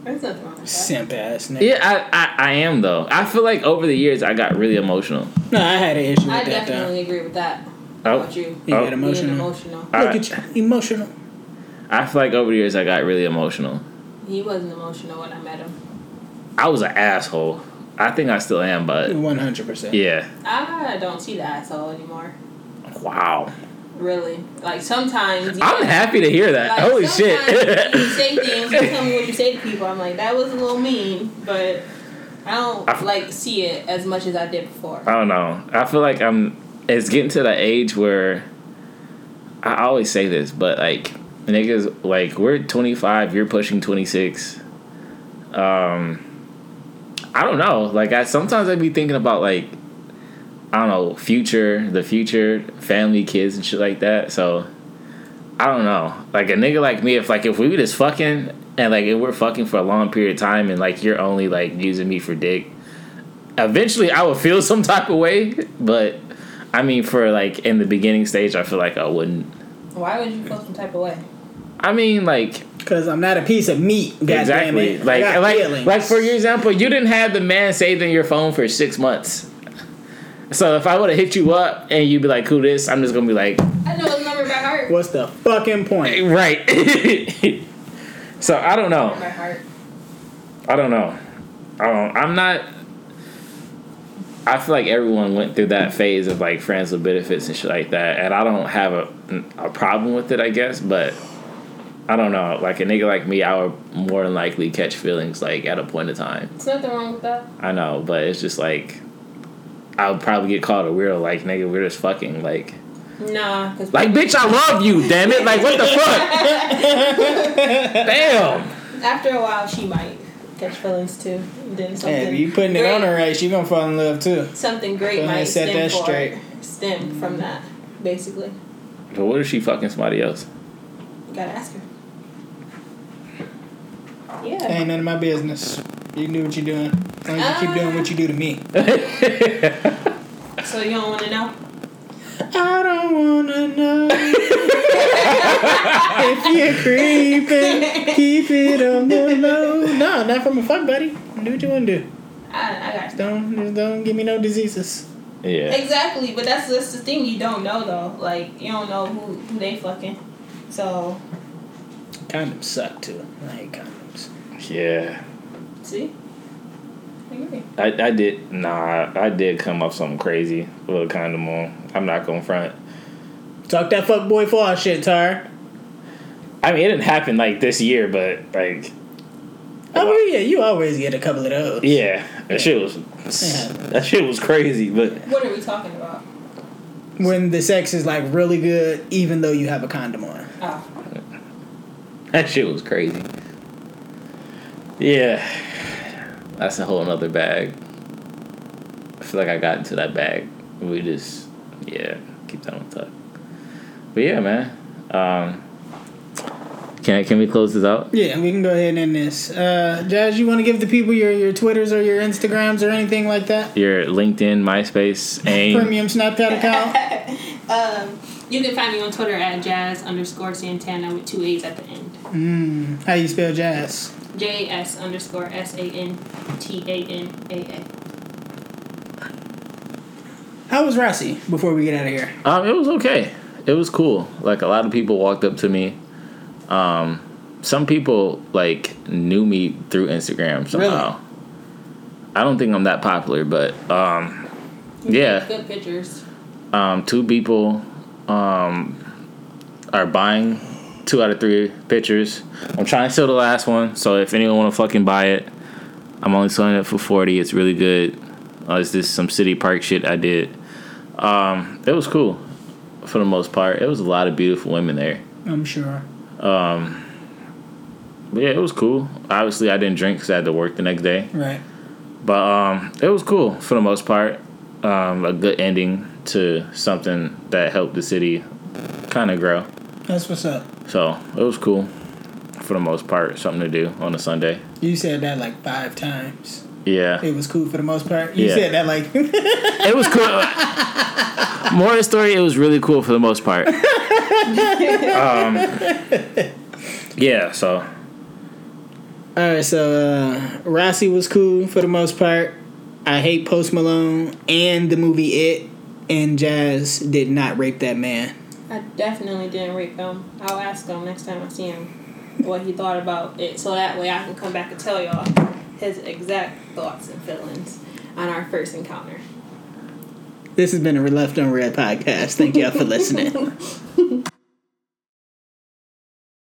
There's nothing wrong with that. Simp ass nigga. Yeah, I, I, I am though. I feel like over the years I got really emotional. No, I had an issue with I that though. definitely agree with that. How Oh, about you? You Oh. got Being emotional. emotional. I- Look at you, emotional. I feel like over the years I got really emotional. He wasn't emotional when I met him. I was an asshole. I think I still am, but One hundred percent. Uh, yeah. I don't see the asshole anymore. Wow. Really. Like sometimes. you- I'm happy to hear that. Like, Holy sometimes you shit. say things, you tell me what you say to people. I'm like, that was a little mean, but I don't I f- like see it as much as I did before. I don't know. I feel like I'm. It's getting to that age where I always say this, but like niggas, like we're 25, you're pushing 26. Um, I don't know. Like I sometimes I be thinking about like I don't know, future, the future, family, kids, and shit like that. So I don't know. Like a nigga like me, if like if we were just fucking and like if we're fucking for a long period of time and like you're only like using me for dick, eventually I would feel some type of way. But I mean, for like in the beginning stage, I feel like I wouldn't. Why would you feel some type of way? I mean, like Because I'm not a piece of meat. God exactly. Damn it. Like I got like feelings. like for your example, you didn't have the man saved in your phone for six months. So if I would have hit you up and you'd be like, "Who this?" I'm just gonna be like, I know his number by heart. What's the fucking point? "Right." so I don't know. By heart. I don't know. I don't. I'm not. I feel like everyone went through that phase of like friends with benefits and shit like that, and I don't have a a problem with it, I guess. But I don't know. Like a nigga like me, I would more than likely catch feelings like at a point in time. There's nothing wrong with that. I know, but it's just like I would probably get called a weirdo. Like nigga, we're just fucking like Nah, because like bitch. I love you, damn it. Like what the fuck? damn. after a while she might catch feelings too. And then something. Hey, if you putting it great, on her right, she gonna fall in love too. Something Go great ahead might and set stem, that for- straight. stem from that, basically. But what if she fucking somebody else? You gotta ask her. Yeah. Ain't none of my business. You knew what you're doing. As long as you keep doing what you do to me. So you don't want to know? I don't wanna know if you're creeping. Keep it on the low. No, not from a fuck buddy. Do what you wanna do. I, I got you. Don't just don't give me no diseases. Yeah. Exactly, but that's that's the thing you don't know though. Like you don't know who, who they fucking. So Condoms suck too. I hate condoms. Yeah. see. I agree. I, I did nah I did come up something crazy with a condom on. I'm not gonna front. Talk that fuck boy for our shit, Tar. I mean it didn't happen like this year, but like Oh yeah, you always get a couple of those. yeah, that shit was Yeah. that shit was crazy. But What are we talking about? When the sex is like really good, even though you have a condom on. Oh, that shit was crazy. Yeah, that's a whole nother bag. I feel like I got into that bag. We just yeah keep that on tuck. But yeah, man. Um, can can we close this out? Yeah, we can go ahead and end this. Uh, Jazz, you want to give the people your, your Twitters or your Instagrams or anything like that? Your LinkedIn, MySpace, AIM. Premium Snapchat account. Um, you can find me on Twitter at jazz underscore Santana with two A's at the end. How you spell Jazz? J S underscore S A N T A N A A. How was Rossi before we get out of here? Um, it was okay. It was cool. Like a lot of people walked up to me. Um, some people like knew me through Instagram somehow. I don't think I'm that popular, but um, yeah. Good pictures. Um, two people um, are buying two out of three pictures. I'm trying to sell the last one, so if anyone want to fucking buy it, I'm only selling it for forty. It's really good. Uh, it's just some city park shit I did. Um, it was cool for the most part. It was a lot of beautiful women there. I'm sure. But yeah, it was cool. Obviously, I didn't drink because I had to work the next day. Right. But um, it was cool for the most part. Um, a good ending to something that helped the city kind of grow. That's what's up. So it was cool for the most part. Something to do on a Sunday. You said that like five times. Yeah, It was cool for the most part. You Yeah. said that like it was cool. More of the story, it was really cool for the most part. um, yeah, so All right, so uh, Rossi was cool for the most part. I hate Post Malone and the movie It, and Jazz did not rape that man. I definitely didn't rape him. I'll ask him next time I see him what he thought about it, so that way I can come back and tell y'all his exact thoughts and feelings on our first encounter. This has been a Left Unread podcast. Thank y'all for listening.